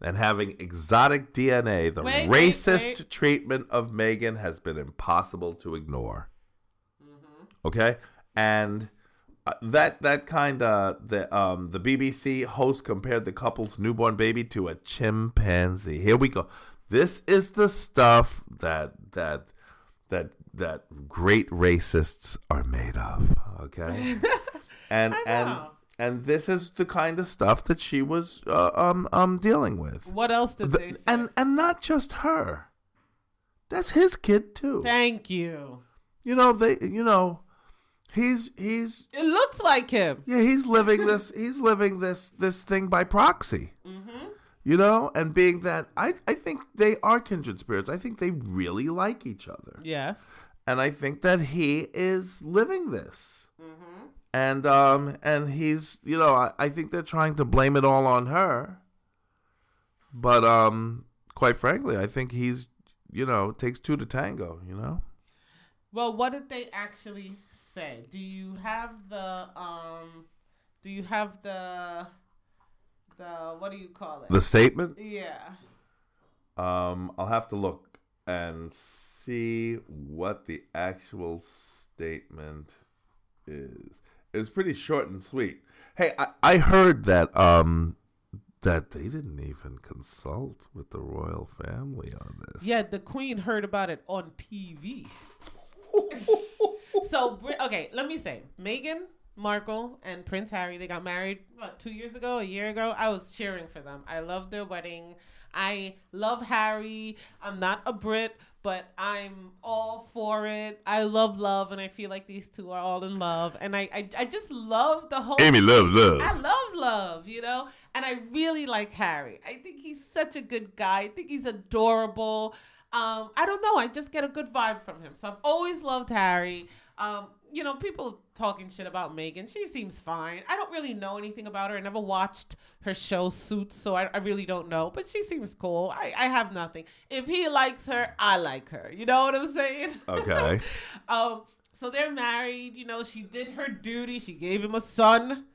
A: and having exotic DNA, the
B: Wait, wait,
A: racist
B: wait.
A: treatment of Megan has been impossible to ignore.
B: Mm-hmm.
A: Okay, and. Uh, that that kind of the um the BBC host compared the couple's newborn baby to a chimpanzee. Here we go. This is the stuff that that that that great racists are made of. Okay, and
B: I
A: and
B: know.
A: and this is the kind of stuff that she was uh, um um dealing with,
B: What else did
A: The-
B: they say?
A: and and not just her. That's his kid too.
B: Thank you.
A: You know they you know he's he's
B: It looks like him.
A: yeah, he's living this. He's living this this thing by proxy. You know, and being that I I think they are kindred spirits. I think they really like each other,
B: Yes.
A: and I think that he is living this. And um and he's you know I, I think they're trying to blame it all on her. But um quite frankly, I think he's you know it takes two to tango. You know.
B: Well, what did they actually say? Do you have the um? Do you have the the what do you call it?
A: The statement.
B: yeah.
A: Um, I'll have to look and see what the actual statement is. It was pretty short and sweet. Hey, I, I heard that um that they didn't even consult with the royal family on this.
B: Yeah, the queen heard about it on TV. so, Bri- okay, let me say Meghan Markle and Prince Harry, they got married, what, two years ago, a year ago? I was cheering for them. I love their wedding. I love Harry. I'm not a Brit, but I'm all for it. I love love, and I feel like these two are all in love. And I, I, I just love the whole
A: Amy love love.
B: I love love, you know, and I really like Harry. I think he's such a good guy. I think he's adorable. Um, I don't know. I just get a good vibe from him. So I've always loved Harry. Um, you know, people talking shit about Megan. She seems fine. I don't really know anything about her. I never watched her show Suits, so I, I really don't know. But she seems cool. I, I have nothing. If he likes her, I like her. You know what I'm saying?
A: okay.
B: um, so they're married. You know, she did her duty. She gave him a son.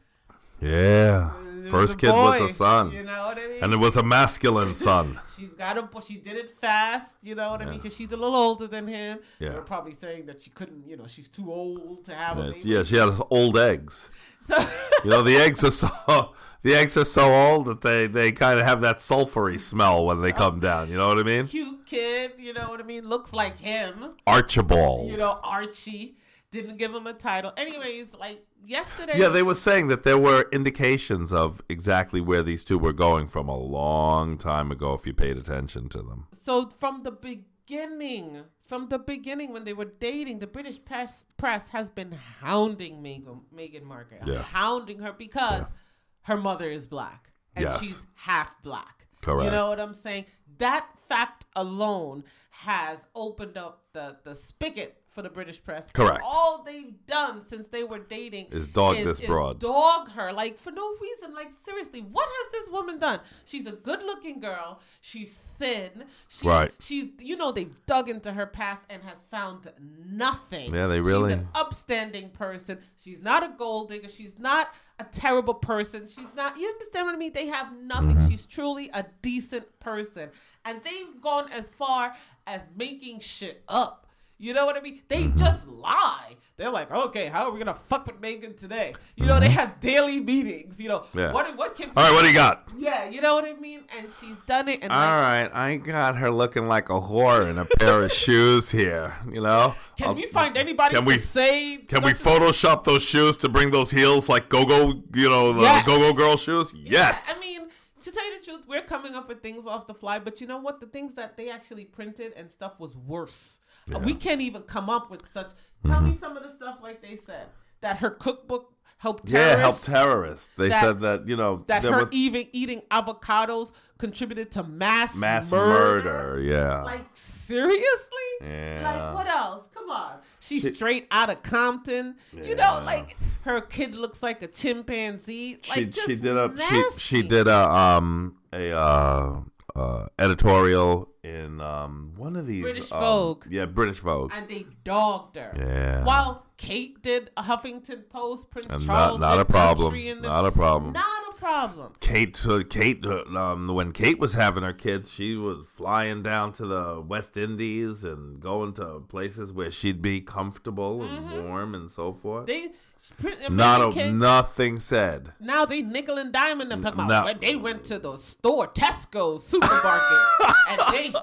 A: Yeah.
B: It was
A: First kid was
B: boy,
A: a son.
B: You know what I mean?
A: And it was a masculine son.
B: she's got a, but she did it fast. You know what I mean?
A: Yeah.
B: Because she's a little older than him.
A: Yeah.
B: They're probably saying that she couldn't. You know, she's too old to have a
A: yeah,
B: baby.
A: yeah, she has old eggs.
B: So
A: You know, the eggs are so the eggs are so old that they they kind of have that sulfury smell when they come down. You know what I mean?
B: cute kid. You know what I mean? Looks like him.
A: Archibald.
B: You know, Archie didn't give him a title. Anyways, like yesterday.
A: yeah, they were saying that there were indications of exactly where these two were going from a long time ago if you paid attention to them.
B: So from the beginning, from the beginning when they were dating, the British press press has been hounding Meghan, Meghan Markle,
A: Yeah.
B: hounding her because her mother is black and
A: Yes.
B: she's half black. You
A: Correct.
B: know what I'm saying? That fact alone has opened up the the spigot for the British press. And
A: Correct.
B: All they've done since they were dating
A: Is dog this broad.
B: dog her like for no reason like seriously what has this woman done she's a good looking girl she's thin she,
A: Right.
B: she's you know they've dug into her past and has found nothing
A: Yeah, they
B: She's
A: really-
B: an upstanding person she's not a gold digger she's not a terrible person she's not you understand what i mean they have nothing
A: Mm-hmm.
B: she's truly a decent person and they've gone as far as making shit up you know what I mean? They
A: Mm-hmm.
B: just lie. They're like, okay, how are we gonna fuck with Megan today? You know, they have daily meetings. You know,
A: Mm-hmm. Yeah.
B: what what can?
A: All right, what do you got?
B: Yeah, you know what I mean. And she's done it. And
A: All
B: like,
A: right, I got her looking like a whore in a pair of shoes here, you know?
B: can
A: I'll-
B: we find anybody
A: can
B: to
A: we-
B: say?
A: Can we
B: something?
A: Photoshop those shoes to bring those heels like go-go, you know, the
B: Yes.
A: go-go girl shoes? Yes.
B: I mean, to tell you the truth, we're coming up with things off the fly. But you know what? The things that they actually printed and stuff was worse.
A: Mm-hmm.
B: Uh, We can't even come up with such. Tell me some of the stuff like they said that her cookbook help terrorists.
A: Yeah, help terrorists. They
B: that-
A: said that you know
B: that
A: there
B: her
A: were
B: even eating avocados contributed to mass
A: mass
B: murder.
A: murder. Yeah,
B: Like seriously?
A: yeah.
B: Like what else? Come on. She's straight out of Compton. You
A: Yeah.
B: know, like her kid looks like a chimpanzee. Like
A: she
B: just
A: she did a she,
B: nasty.
A: she did a um a uh, uh editorial in um one of these
B: British
A: um,
B: Vogue.
A: Yeah, British Vogue.
B: and they dogged her.
A: yeah.
B: While Kate did a Huffington Post, Prince
A: and not,
B: Charles
A: not
B: did
A: a problem.
B: Country in the-
A: Not a problem.
B: not a problem.
A: Kate took Kate uh, um, when Kate was having her kids, she was flying down to the West Indies and going to places where she'd be comfortable and warm and so forth.
B: Mm-hmm. They
A: not a,
B: Kate,
A: nothing said.
B: Now they nickel and diamond them talking about
A: No.
B: "Well, they went to the store, Tesco, supermarket, and they,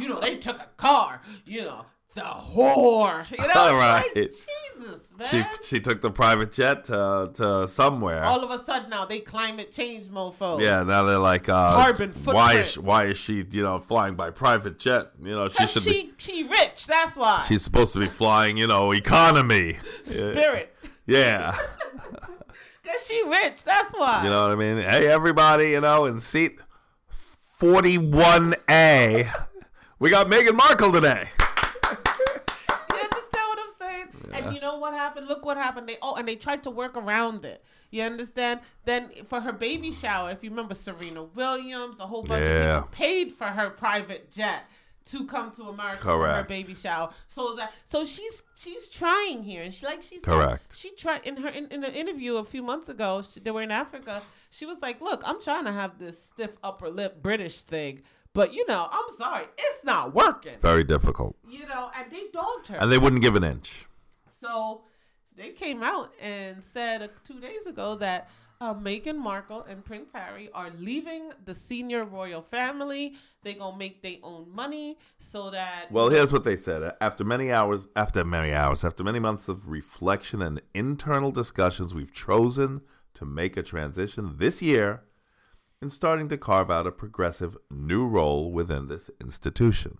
B: you know, they took a car, you know, the whore. You know,
A: All right.
B: It's like, Jesus, man.
A: She she took the private jet to to somewhere.
B: Eh? All of a sudden now they climate change mofos.
A: yeah, now they're like, uh,
B: Carbon
A: why is
B: footprint.
A: why is she you know flying by private jet? You know she
B: Cause
A: should
B: she
A: be.
B: she rich, that's why.
A: She's supposed to be flying, you know, economy.
B: Spirit.
A: Yeah.
B: Cause she rich, that's why.
A: You know what I mean? Hey, everybody, you know, in seat 41A, we got Meghan Markle today.
B: You understand what I'm saying? And you know what happened? Look what happened. They oh, and they tried to work around it. You understand? Then for her baby shower, if you remember, Serena Williams, a whole bunch
A: Yeah.
B: of people paid for her private jet to come to America for
A: Correct.
B: her baby shower. So that so she's she's trying here, and she like she's
A: Correct.
B: she tried in her in, in an interview a few months ago. She, they were in Africa. She was like, "Look, I'm trying to have this stiff upper lip British thing." But you know, I'm sorry, it's not working.
A: Very difficult.
B: You know, and they dogged her.
A: And they wouldn't give an inch.
B: So they came out and said uh, two days ago that uh, Meghan Markle and Prince Harry are leaving the senior royal family. They gonna make their own money so that
A: Well, here's what they said. After many hours, after many hours, after many months of reflection and internal discussions, we've chosen to make a transition this year in starting to carve out a progressive new role within this institution.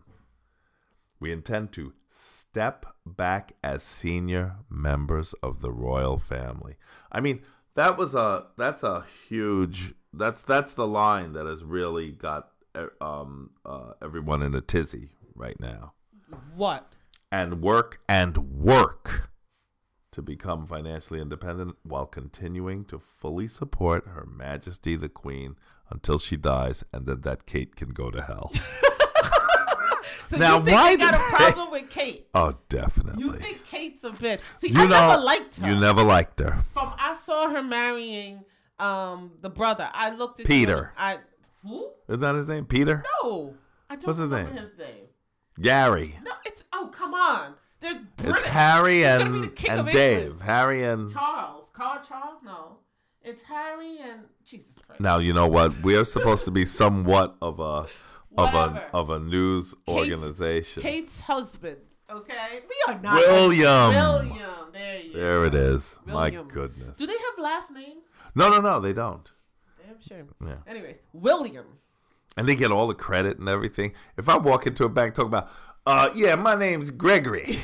A: We intend to step back as senior members of the royal family. I mean, that was a that's a huge that's that's the line that has really got eh, um, uh, everyone in a tizzy right now
B: what?
A: and work and work to become financially independent while continuing to fully support Her Majesty the Queen until she dies and then that Kate can go to hell.
B: So
A: Now,
B: you think
A: why
B: they got
A: did
B: a
A: they-
B: problem with Kate?
A: oh,
B: You
A: definitely.
B: think Kate's a bitch? See,
A: You
B: I
A: know-
B: never liked her.
A: You never liked her.
B: From I saw her marrying um the brother. I looked at
A: Peter.
B: I who?
A: Isn't that his name? Peter?
B: No, I don't
A: What's his
B: remember
A: name?
B: his name.
A: Gary.
B: No, it's oh come on. They're British.
A: It's Harry
B: gonna be
A: and,
B: the king
A: and
B: of
A: Dave.
B: England.
A: Harry and.
B: Charles, Carl Charles. No, it's Harry and Jesus Christ.
A: Now, you know what? We're supposed to be somewhat of a. Of a,
B: Whatever.
A: of a news organization.
B: Kate's husband. Okay, we are not
A: William.
B: William, there you. go.
A: There it is.
B: William.
A: My goodness.
B: Do they have last names?
A: No, no, no, they don't.
B: Damn sure.
A: Yeah.
B: Anyways, William.
A: and they get all the credit and everything. If I walk into a bank talking about, uh, yeah, my name's Gregory.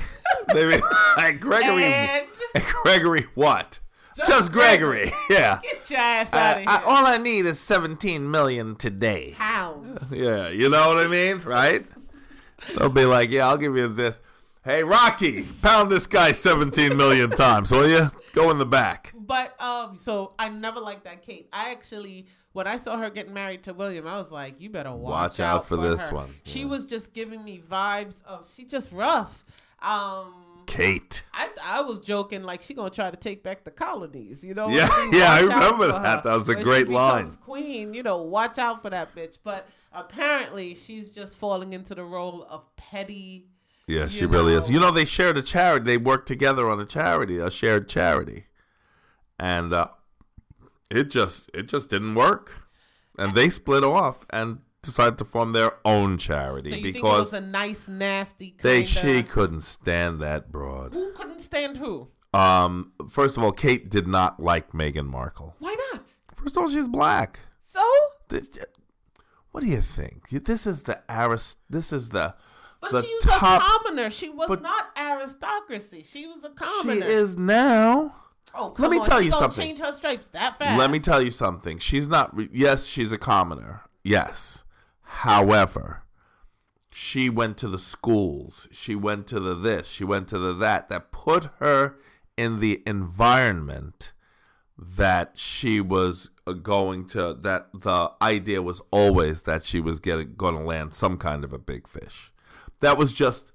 A: they be like, Gregory,
B: And
A: Gregory, what? Just, Gregory.
B: Gregory.
A: Yeah.
B: get your ass out
A: I,
B: of
A: I,
B: here.
A: all I need is 17 million today.
B: Pounds.
A: Yeah, you know what I mean, right? They'll be like, yeah, I'll give you this. Hey, Rocky, pound this guy 17 million times, will you? Go in the back.
B: But um, so I never liked that Kate. I actually, when I saw her getting married to William, I was like, you better watch,
A: Watch out for this
B: her.
A: one.
B: She
A: Yeah.
B: was just giving me vibes of she just rough. Um,
A: Kate.
B: I, I was joking like she gonna try to take back the colonies, you know.
A: Yeah,
B: mean?
A: yeah, I
B: Watch out
A: remember
B: for her.
A: that. That was a
B: When
A: great
B: she becomes
A: line.
B: Queen, you know, watch out for that bitch. But apparently, she's just falling into the role of petty.
A: Yeah, she
B: you
A: really is.
B: know.
A: You know, they shared a charity. They worked together on a charity, a shared charity, and uh, it just it just didn't work. And they split off and decided to form their own charity
B: So you think it
A: because
B: was a nice, nasty? Kinda,
A: they she couldn't stand that broad.
B: who couldn't stand who?
A: Um, first of all, Kate did not like Meghan Markle.
B: Why not?
A: First of all, she's black.
B: So,
A: Th- What do you think? This is the arist. This is the
B: but
A: the
B: she was
A: top.
B: a commoner. She was
A: but-
B: not aristocracy. She was a
A: she
B: commoner.
A: is now.
B: Oh,
A: Let me
B: on,
A: tell
B: she
A: you
B: gonna
A: something.
B: Change her stripes that fast.
A: Let me tell you something. She's not. Re- yes, she's a commoner. Yes. However, she went to the schools. She went to the this. She went to the that. That put her in the environment that she was uh, going to. That the idea was always that she was getting going to land some kind of a big fish. That was just.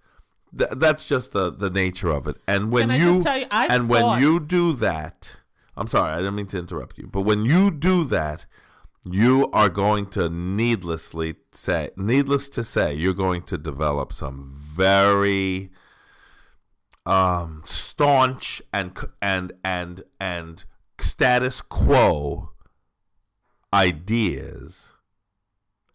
A: Th- that's just the, the nature of it. And when
B: Can I
A: you,
B: just tell you, I
A: and when
B: thought-
A: you do that, I'm sorry, I didn't mean to interrupt you, but when you do that, you are going to needlessly say, needless to say, you're going to develop some very um, staunch and c- and and and status quo ideas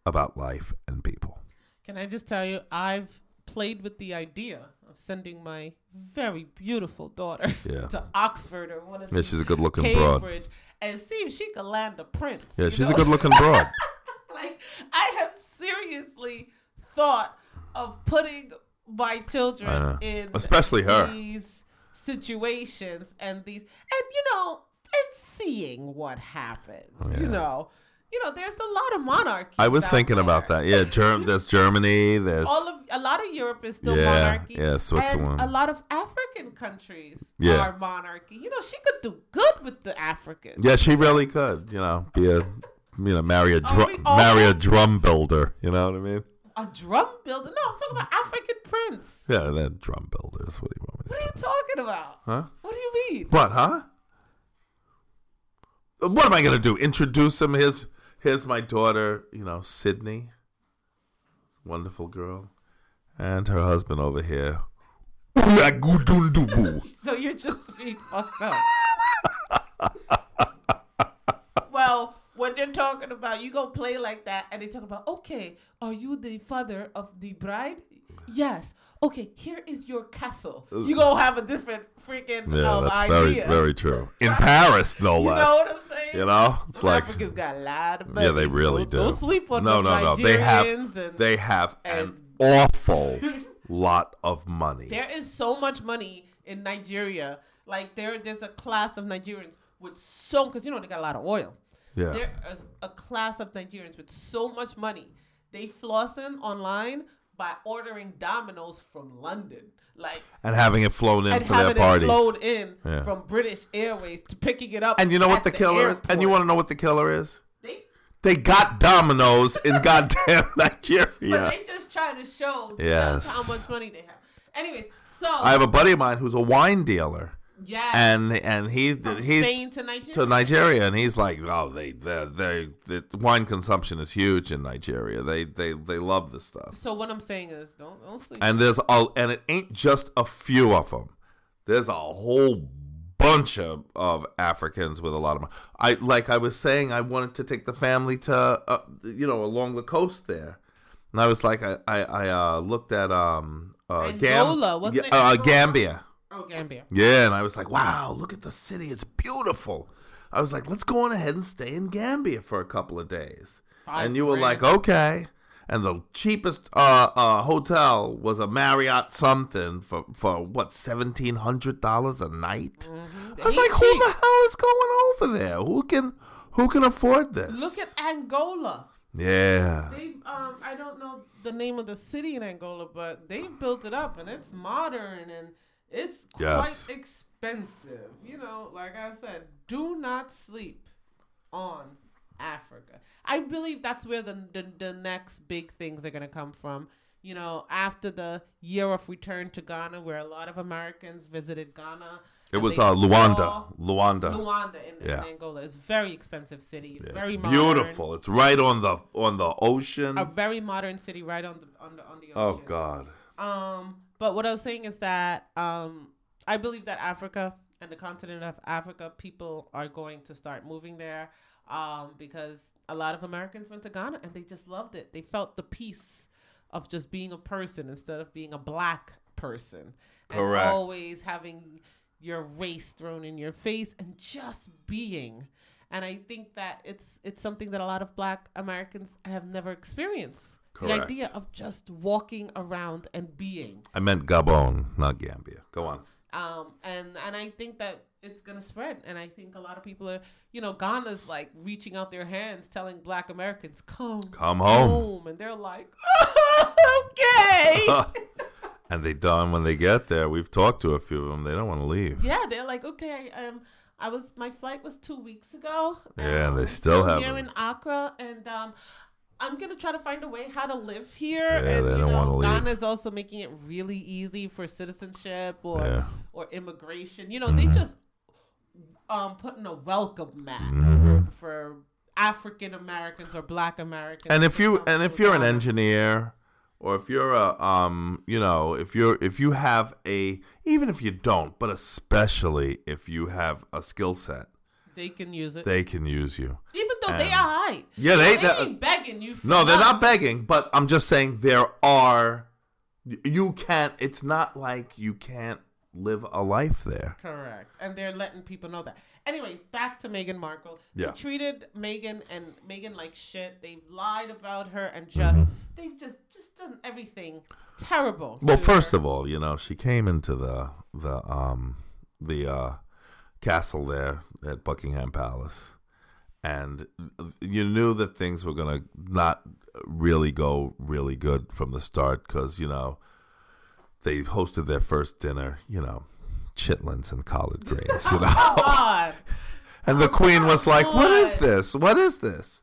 A: about life and people.
B: Can I just tell you, I've played with the idea of sending my very beautiful daughter
A: Yeah.
B: to Oxford or one of
A: Yeah,
B: these
A: she's a good-looking broad.
B: Cambridge and see if she could land a prince.
A: Yeah,
B: you
A: she's a
B: know?
A: good-looking broad.
B: like I have seriously thought of putting my
A: I
B: children
A: know.
B: in
A: Especially her.
B: these situations and these and you know and seeing what happens.
A: Oh, Yeah.
B: You know, you know, there's a lot of monarchies.
A: I was
B: out
A: thinking about
B: there.
A: that. Yeah, Germ- there's Germany. There's
B: All of a lot of Europe is still
A: Yeah,
B: monarchy.
A: yeah, Switzerland.
B: And a lot of African countries
A: Yeah.
B: are monarchy. You know, she could do good with the Africans.
A: yeah, she really could. You know, be a you know marry a
B: Are we
A: drum
B: all-
A: marry a drum builder. You know what I mean?
B: A drum builder. No, I'm talking about African prince.
A: Yeah, they're drum builders. What do you want me to
B: What are
A: say?
B: you talking about?
A: Huh?
B: What do you mean?
A: What? Huh? What am I gonna do? Introduce him? Here's here's my daughter. You know, Sydney. Wonderful girl, and her husband over here. Oolagudundubu.
B: So you're just being fucked up. well, when they're talking about you gonna play like that, and they talk about, okay, are you the father of the bride? Yes. Okay, here is your castle. You gonna have a different freaking
A: Yeah,
B: um,
A: that's very
B: idea.
A: very true. In Paris, no
B: you
A: less.
B: know what I'm saying?
A: You know, it's
B: Some
A: like
B: Africans got a lot of money.
A: yeah, they really do.
B: Don't- Don't sleep on
A: no,
B: the
A: no, no.
B: Nigerians
A: They have
B: and
A: they have an
B: and-
A: awful lot of money.
B: There is so much money in Nigeria. Like there, there's a class of Nigerians with so because you know they got a lot of oil.
A: yeah,
B: There is a class of Nigerians with so much money. They flossing online by ordering Domino's from London. Like
A: and having it flown in
B: and
A: for their
B: having it
A: parties.
B: flown in
A: Yeah.
B: from British Airways to picking it up.
A: and you know what
B: at
A: the killer is? And you
B: airport.
A: want to know what the killer is?
B: They,
A: They got dominoes in goddamn
B: but
A: Nigeria.
B: they just trying to show
A: Yes.
B: just how much money they have. Anyways, so
A: I have a buddy of mine who's a wine dealer,
B: yeah,
A: and and he
B: from
A: he's
B: Spain to Nigeria.
A: to Nigeria, and he's like, "Oh, they, they, they, the wine consumption is huge in Nigeria. They, they, they love this stuff."
B: so what I'm saying is, don't don't sleep.
A: And there's a, and it ain't just a few of them. There's a whole bunch of, of Africans with a lot of. mon- I like I was saying, I wanted to take the family to, uh, you know, along the coast there, and I was like, I, I, I uh, looked at um, uh,
B: Angola, wasn't it
A: Uh,
B: Angola?
A: Gambia.
B: Oh, Gambia.
A: Yeah, and I was like, wow, look at the city. It's beautiful. I was like, let's go on ahead and stay in Gambia for a couple of days.
B: Five
A: and you were like,
B: grand.
A: okay. And the cheapest uh, uh, hotel was a Marriott something for, for what, $1,700 a night? I was
B: Ain't
A: like, who the
B: Mm-hmm. cheap.
A: hell is going over there? Who can who can afford this?
B: Look at Angola.
A: Yeah.
B: They um I don't know the name of the city in Angola, but they built it up and it's modern and it's quite
A: Yes.
B: expensive. You know, like I said, do not sleep on Africa. I believe that's where the the, the next big things are going to come from. You know, after the year of return to Ghana, where a lot of Americans visited Ghana,
A: It
B: and
A: was
B: they
A: uh,
B: saw
A: Luanda. Luanda.
B: Luanda in,
A: Yeah.
B: in Angola It's a very expensive city. It's
A: Yeah,
B: very
A: it's
B: modern,
A: beautiful. It's right on the on the ocean.
B: A very modern city right on the on the on the ocean.
A: oh God.
B: Um, but what I was saying is that um, I believe that Africa and the continent of Africa, people are going to start moving there um, because a lot of Americans went to Ghana and they just loved it. They felt the peace of just being a person instead of being a black person.
A: Correct.
B: And always having your race thrown in your face and just being. And I think that it's it's something that a lot of black Americans have never experienced.
A: Correct.
B: The idea of just walking around and being.
A: I meant Gabon, not Gambia. Go on.
B: Um, and and I think that it's gonna spread. And I think a lot of people are, you know, Ghana's like reaching out their hands, telling Black Americans, "Come,
A: Come home.
B: and they're like, "Okay."
A: and they done when they get there. We've talked to a few of them. They don't want to leave.
B: yeah, they're like, "Okay, I, um, I was my flight was two weeks ago.
A: Yeah,
B: Um,
A: they still
B: I'm Here
A: haven't.
B: in Accra, and um. I'm gonna try to find a way how to live here.
A: Yeah,
B: and,
A: they
B: you
A: don't
B: know,
A: wanna leave.
B: Ghana's also making it really easy for citizenship or
A: Yeah. Mm-hmm.
B: or immigration. You know, they just um putting a welcome mat
A: Mm-hmm.
B: for African Americans or Black Americans.
A: And
B: to
A: if you
B: come
A: and if
B: to
A: you're an
B: Ghana.
A: engineer or if you're a um, you know, if you're if you have a even if you don't, but especially if you have a skill set,
B: they can use it.
A: they can use you.
B: Even though they are high.
A: Yeah, they-
B: they, they,
A: that-
B: ain't begging you. For
A: No, they're
B: nothing.
A: not begging, but I'm just saying there are y- you can't it's not like you can't live a life there.
B: Correct. And they're letting people know that. Anyways, back to Meghan Markle.
A: Yeah.
B: They treated Meghan and Meghan like shit. They've lied about her and just
A: Mm-hmm.
B: they've just just done everything terrible.
A: Well,
B: to
A: first
B: her.
A: of all, you know, she came into the the um the uh castle there at Buckingham Palace and you knew that things were going to not really go really good from the start cuz you know they hosted their first dinner, you know, chitlins and collard greens, you know.
B: God.
A: And the queen was
B: Oh,
A: like, "What is
B: God.
A: this? What is this?"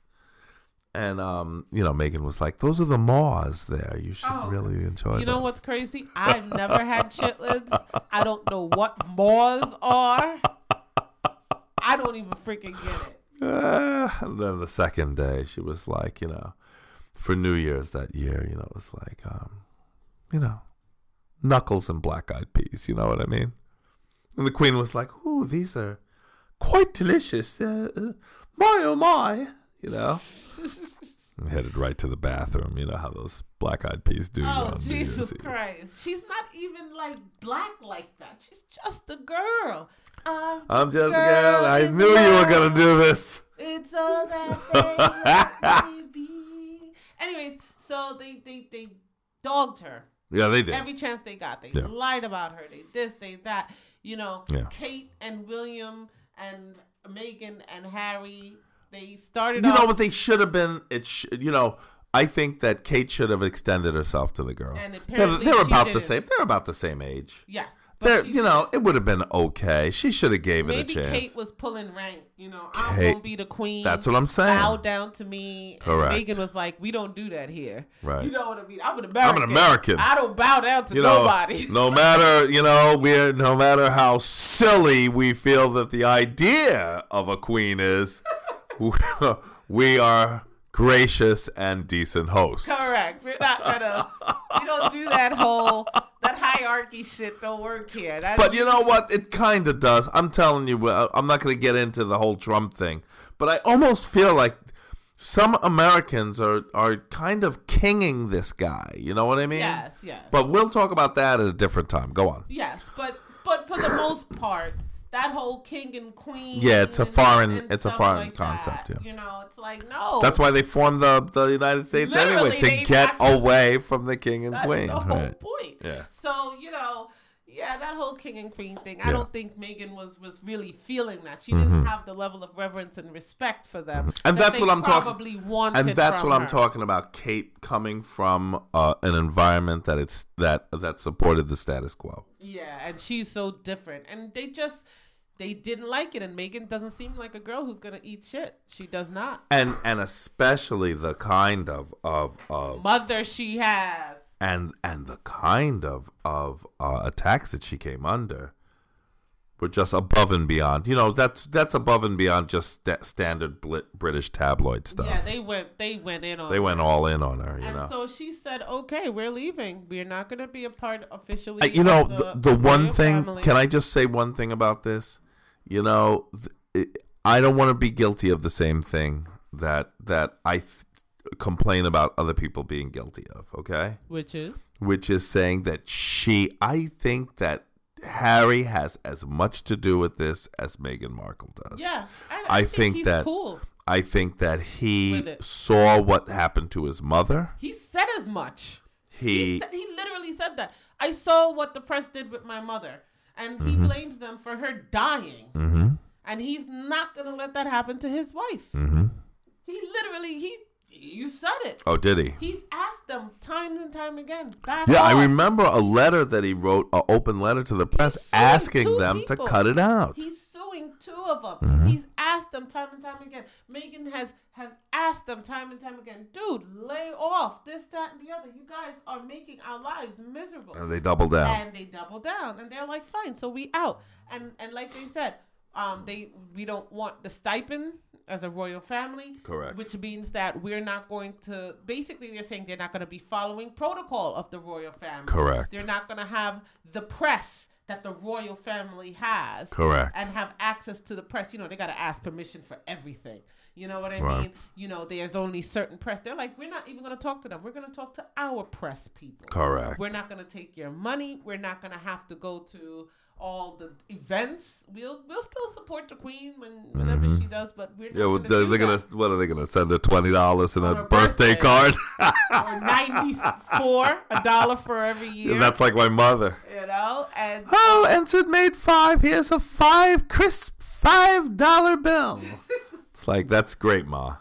A: And um, you know, Megan was like, "Those are the maws there. You should
B: Oh.
A: really enjoy."
B: You know
A: those."
B: what's crazy? I've never had chitlins. I don't know what maws are. I don't even freaking get it.
A: Uh, and then the second day, she was like, you know, for New Year's that year, you know, it was like, um, you know, knuckles and black eyed peas. You know what I mean? And the queen was like, "Ooh, these are quite delicious. Uh, uh, my oh my!" You know. And headed right to the bathroom. You know how those black eyed peas do. you
B: Oh,
A: on New
B: Jesus
A: Year's Eve.
B: Christ. She's not even like black like that. She's just a girl. Um,
A: I'm just a
B: Girl
A: girl. I
B: in
A: knew you were
B: black.
A: gonna do this.
B: It's all that they let me be. Anyways, so they they they dogged her
A: Yeah, they did.
B: every chance they got. They
A: Yeah.
B: lied about her. They this, they that. You know,
A: Yeah.
B: Kate and William and Megan and Harry. They started.
A: you
B: off
A: know what they should have been. It sh- you know. I think that Kate should have extended herself to the girl.
B: And
A: they're,
B: apparently
A: they're
B: she
A: about the
B: didn't.
A: same. They're about the same age.
B: Yeah,
A: They're,
B: she-
A: you know, it would have been okay. She should have gave it a
B: maybe
A: chance.
B: Kate was pulling rank. You know, I'm
A: Kate-
B: gonna be the queen.
A: That's what I'm saying.
B: Bow down to me.
A: Correct.
B: And Megan was like, "We don't do that here."
A: Right.
B: You know what I mean? I'm an American.
A: American.
B: I don't bow down to
A: you know,
B: nobody.
A: no matter you know we're no matter how silly we feel that the idea of a queen is, we are gracious and decent hosts.
B: Correct. We're not gonna. we don't do that whole that hierarchy shit. Don't work here. That,
A: But you know what? It kind of does. I'm telling you, I- I'm not going to get into the whole Trump thing, but I almost feel like some Americans are, are kind of kinging this guy. You know what I mean?
B: yes, yes,
A: But we'll talk about that at a different time. Go on.
B: yes. But but for the most part, that whole king and queen.
A: Yeah, it's a
B: and-
A: foreign-
B: and
A: it's a
B: stuff
A: foreign
B: like
A: concept,
B: that,
A: yeah.
B: You know, it's like no.
A: That's why they formed the, the United States anyway,
B: Literally,
A: to
B: they
A: get
B: actually-
A: away from the king and
B: That's
A: queen.
B: the whole
A: Right.
B: point.
A: Yeah.
B: So you know. Yeah, that whole king and queen thing.
A: Yeah. Mm-hmm.
B: I don't think Megan was was really feeling that. She didn't have the level of reverence and respect for them.
A: And that's
B: they
A: what I'm talking-
B: probably wanted.
A: And that's
B: from
A: what I'm
B: her.
A: talking about. Kate coming from uh, an environment that it's that that supported the status quo.
B: Yeah, and she's so different. And they just they didn't like it and Megan doesn't seem like a girl who's gonna eat shit. She does not.
A: and and especially the kind of of of
B: Mother she has.
A: and and the kind of of uh, attacks that she came under were just above and beyond. You know, that's that's above and beyond just sta- standard blit- British tabloid stuff.
B: Yeah, they went they went in on
A: they
B: her.
A: went all in on her. You
B: and
A: know,
B: so she said, "Okay, we're leaving. We're not going to be a part officially."
A: Uh, you know
B: of
A: the, the one
B: royal
A: thing.
B: family."
A: Can I just say one thing about this? You know, th- it, I don't want to be guilty of the same thing that that I th- complain about other people being guilty of. Okay.
B: Which is
A: which is saying that she, I think that Harry has as much to do with this as Meghan Markle does.
B: yeah. I,
A: I think
B: he's
A: that-
B: cool.
A: I think that
B: With
A: he
B: it.
A: saw what happened to his mother.
B: He said as much.
A: He,
B: He, said, he literally said that. I saw what the press did with my mother. and he blames them for her dying.
A: Mm-hmm.
B: And he's not going to let that happen to his wife.
A: Mm-hmm.
B: He literally, he, you said it.
A: Oh, did he?
B: He's asked them times and time again. Back
A: Yeah, I
B: off.
A: remember a letter that he wrote, an open letter to the press,
B: sued
A: asking
B: two
A: them to
B: people.
A: cut it out. Mm-hmm.
B: He's suing two of them. He's asked them time and time again. Megan has has asked them time and time again, dude, lay off this, that, and the other. You guys are making our lives miserable.
A: And they doubled down.
B: And they double down, and they're like, fine, so we out. And and like they said, um, they we don't want the stipend as a royal family.
A: Correct.
B: Which means that we're not going to. Basically, they're saying they're not going to be following protocol of the royal family.
A: Correct.
B: They're not going to have the press that the royal family has.
A: Correct.
B: And have access to the press. You know, they got to ask permission for everything. You know what I
A: Right.
B: mean? You know, there's only certain press. They're like, we're not even going to talk to them. We're going to talk to our press people.
A: Correct.
B: We're not going to take your money. We're not going to have to go to all the events. We'll we'll still support the queen when whenever she does, but we're not
A: Mm-hmm. Yeah, well,
B: going
A: they're,
B: to
A: they're gonna. What are they gonna send her twenty dollars and
B: On
A: a
B: her
A: birthday,
B: birthday.
A: card?
B: or ninety four a dollar for every year.
A: That's like my mother.
B: you know, and
A: Oh, entered made five. Here's a five crisp five dollar bill. it's like that's great, ma.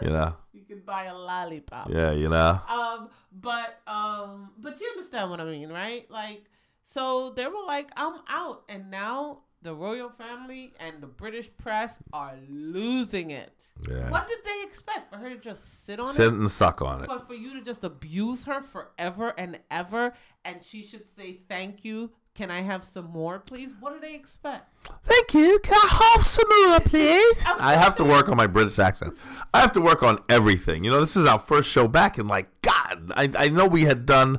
A: You know.
B: you can buy a lollipop.
A: Yeah, you know.
B: Um, but um, but you understand what I mean, right? Like, so they were like, "I'm out," and now the royal family and the British press are losing it.
A: Yeah.
B: What did they expect for her to just sit on
A: Sit
B: it?
A: and suck on it.
B: But for you to just abuse her forever and ever, and she should say thank you. Can I have some more, please? What do they expect?
A: Thank you. Can I have some more, please? I have to work on my British accent. I have to work on everything. You know, this is our first show back, and like, God, I, I know we had done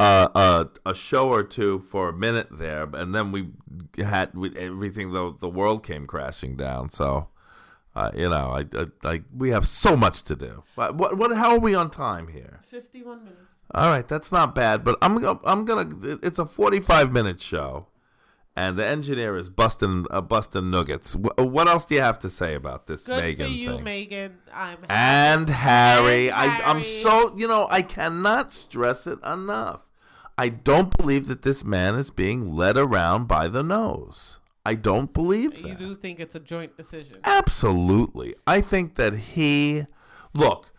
A: uh, uh, a show or two for a minute there, and then we had we, everything. The the world came crashing down. So, uh, you know, I, I, I we have so much to do. But what what? How are we on time here?
B: Fifty-one minutes.
A: All right, that's not bad, but I'm go- I'm gonna. It's a 45 minute show, and the engineer is busting uh, busting nuggets. Wh- uh, what else do you have to say about this
B: Good
A: Megan
B: for you,
A: thing?
B: Megan. I'm happy.
A: and Harry,
B: And
A: I, I'm
B: Harry.
A: so you know I cannot stress it enough. I don't believe that this man is being led around by the nose. I don't believe that.
B: you do think it's a joint decision.
A: Absolutely. I think that he look,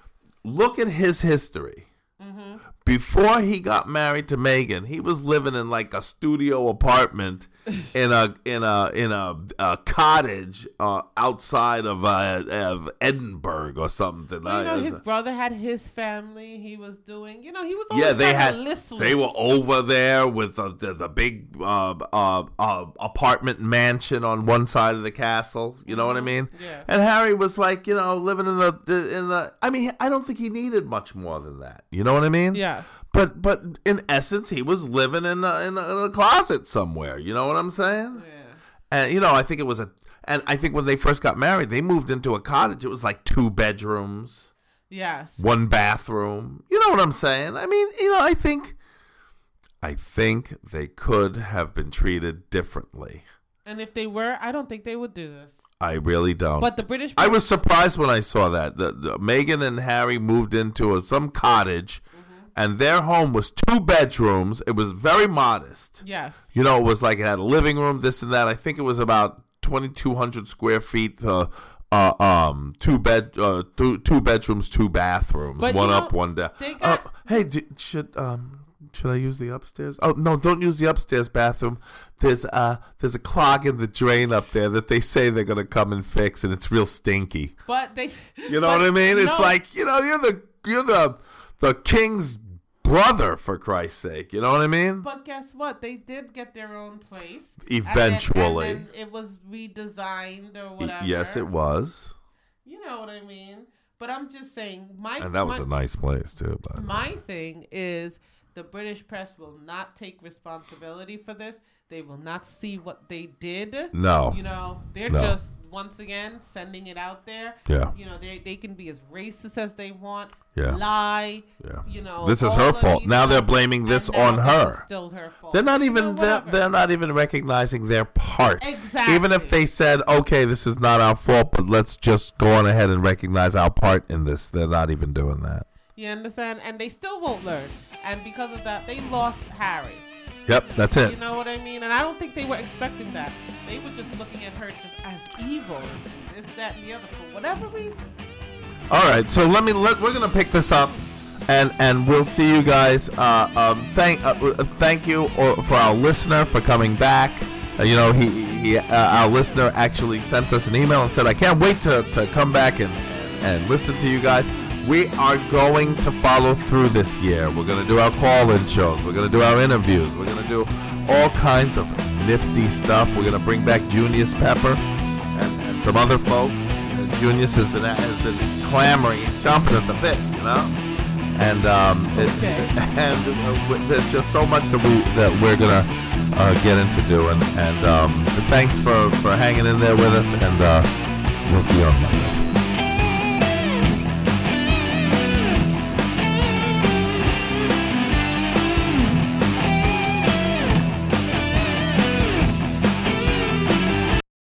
A: look at his history.
B: Mm-hmm.
A: Before he got married to Megan, he was living in like a studio apartment in a in a in a, a cottage uh, outside of uh, of Edinburgh or something.
B: Well, you
A: I-
B: know, his brother had his family. He was doing, Oh, you know, he was always
A: yeah, they
B: kinda
A: had
B: listless.
A: they were over there with the the, the big uh, uh, uh, apartment mansion on one side of the castle. You know what I mean?
B: Mm-hmm. Yeah.
A: And Harry was like, you know, living in the, the in the. I mean, I don't think he needed much more than that. You know what I mean?
B: Yeah.
A: But but in essence, he was living in a, in a, in a closet somewhere. You know what I'm saying?
B: Yeah.
A: And you know, I think it was a. And I think when they first got married, they moved into a cottage. It was like two bedrooms
B: Yes.
A: one bathroom. You know what I'm saying? I mean, you know, I think I think they could have been treated differently.
B: And if they were, I don't think they would do this.
A: I really don't.
B: But the British,
A: Um, I was surprised when I saw that. The, the Megan and Harry moved into a, some cottage and their home was two bedrooms. It was very modest.
B: yes,
A: You know, it was like it had a living room, this and that. I think it was about 2200 square feet. Uh, uh, um, two bed, uh, two, two bedrooms, two bathrooms,
B: But you
A: one
B: know,
A: up, one down.
B: they got-
A: Uh, hey, d- should um, should I use the upstairs? Oh no, don't use the upstairs bathroom. There's uh, there's a clog in the drain up there that they say they're gonna come and fix, and it's real stinky.
B: but they.
A: You know what I mean? It's like you know, you're the you're the the king's brother for Christ's sake. You know what I mean?
B: But guess what? They did get their own place. And then-
A: Eventually.
B: and then it was redesigned or
A: Y-
B: whatever.
A: Yes, it was.
B: You know what I mean? But I'm just saying, my
A: And that was
B: my,
A: a nice place too. By the way.
B: My thing is the British press will not take responsibility for this. They will not see what they did.
A: No.
B: You know, they're
A: No.
B: just once again sending it out there.
A: Yeah.
B: You know, they they can be as racist as they want.
A: Yeah.
B: Lie.
A: Yeah.
B: You know,
A: This is
B: all
A: her
B: of
A: fault.
B: these
A: Now they're
B: things,
A: blaming
B: and
A: this
B: now
A: on
B: this
A: her.
B: is Still her fault.
A: They're not
B: You
A: even
B: know,
A: they're,
B: whatever.
A: they're not even recognizing their part.
B: Exactly.
A: Even if they said, "Okay, this is not our fault, but let's just go on ahead and recognize our part in this," they're not even doing that.
B: You understand? And they still won't learn. And because of that, they lost Harry.
A: Yep, that's it.
B: You know what I mean? And I don't think they were expecting that. They were just looking at her just as evil, and this, that, and the other for whatever reason.
A: All right, so let me let we're gonna pick this up, and and we'll see you guys. Uh, um, thank uh, uh, thank you or, for our listener for coming back. Uh, you know, he, he uh, our listener actually sent us an email and said, "I can't wait to, to come back and and listen to you guys." We are going to follow through this year. We're gonna do our call-in shows. We're gonna do our interviews. We're gonna do all kinds of nifty stuff. We're gonna bring back Junius Pepper and, and some other folks. Uh, Junius has been has been clamoring, he's chomping at the bit, you know. And um, it,
B: Okay.
A: and uh, w- there's just so much that we that we're gonna uh, get into doing. And um, thanks for for hanging in there with us, and uh, we'll see you on Monday.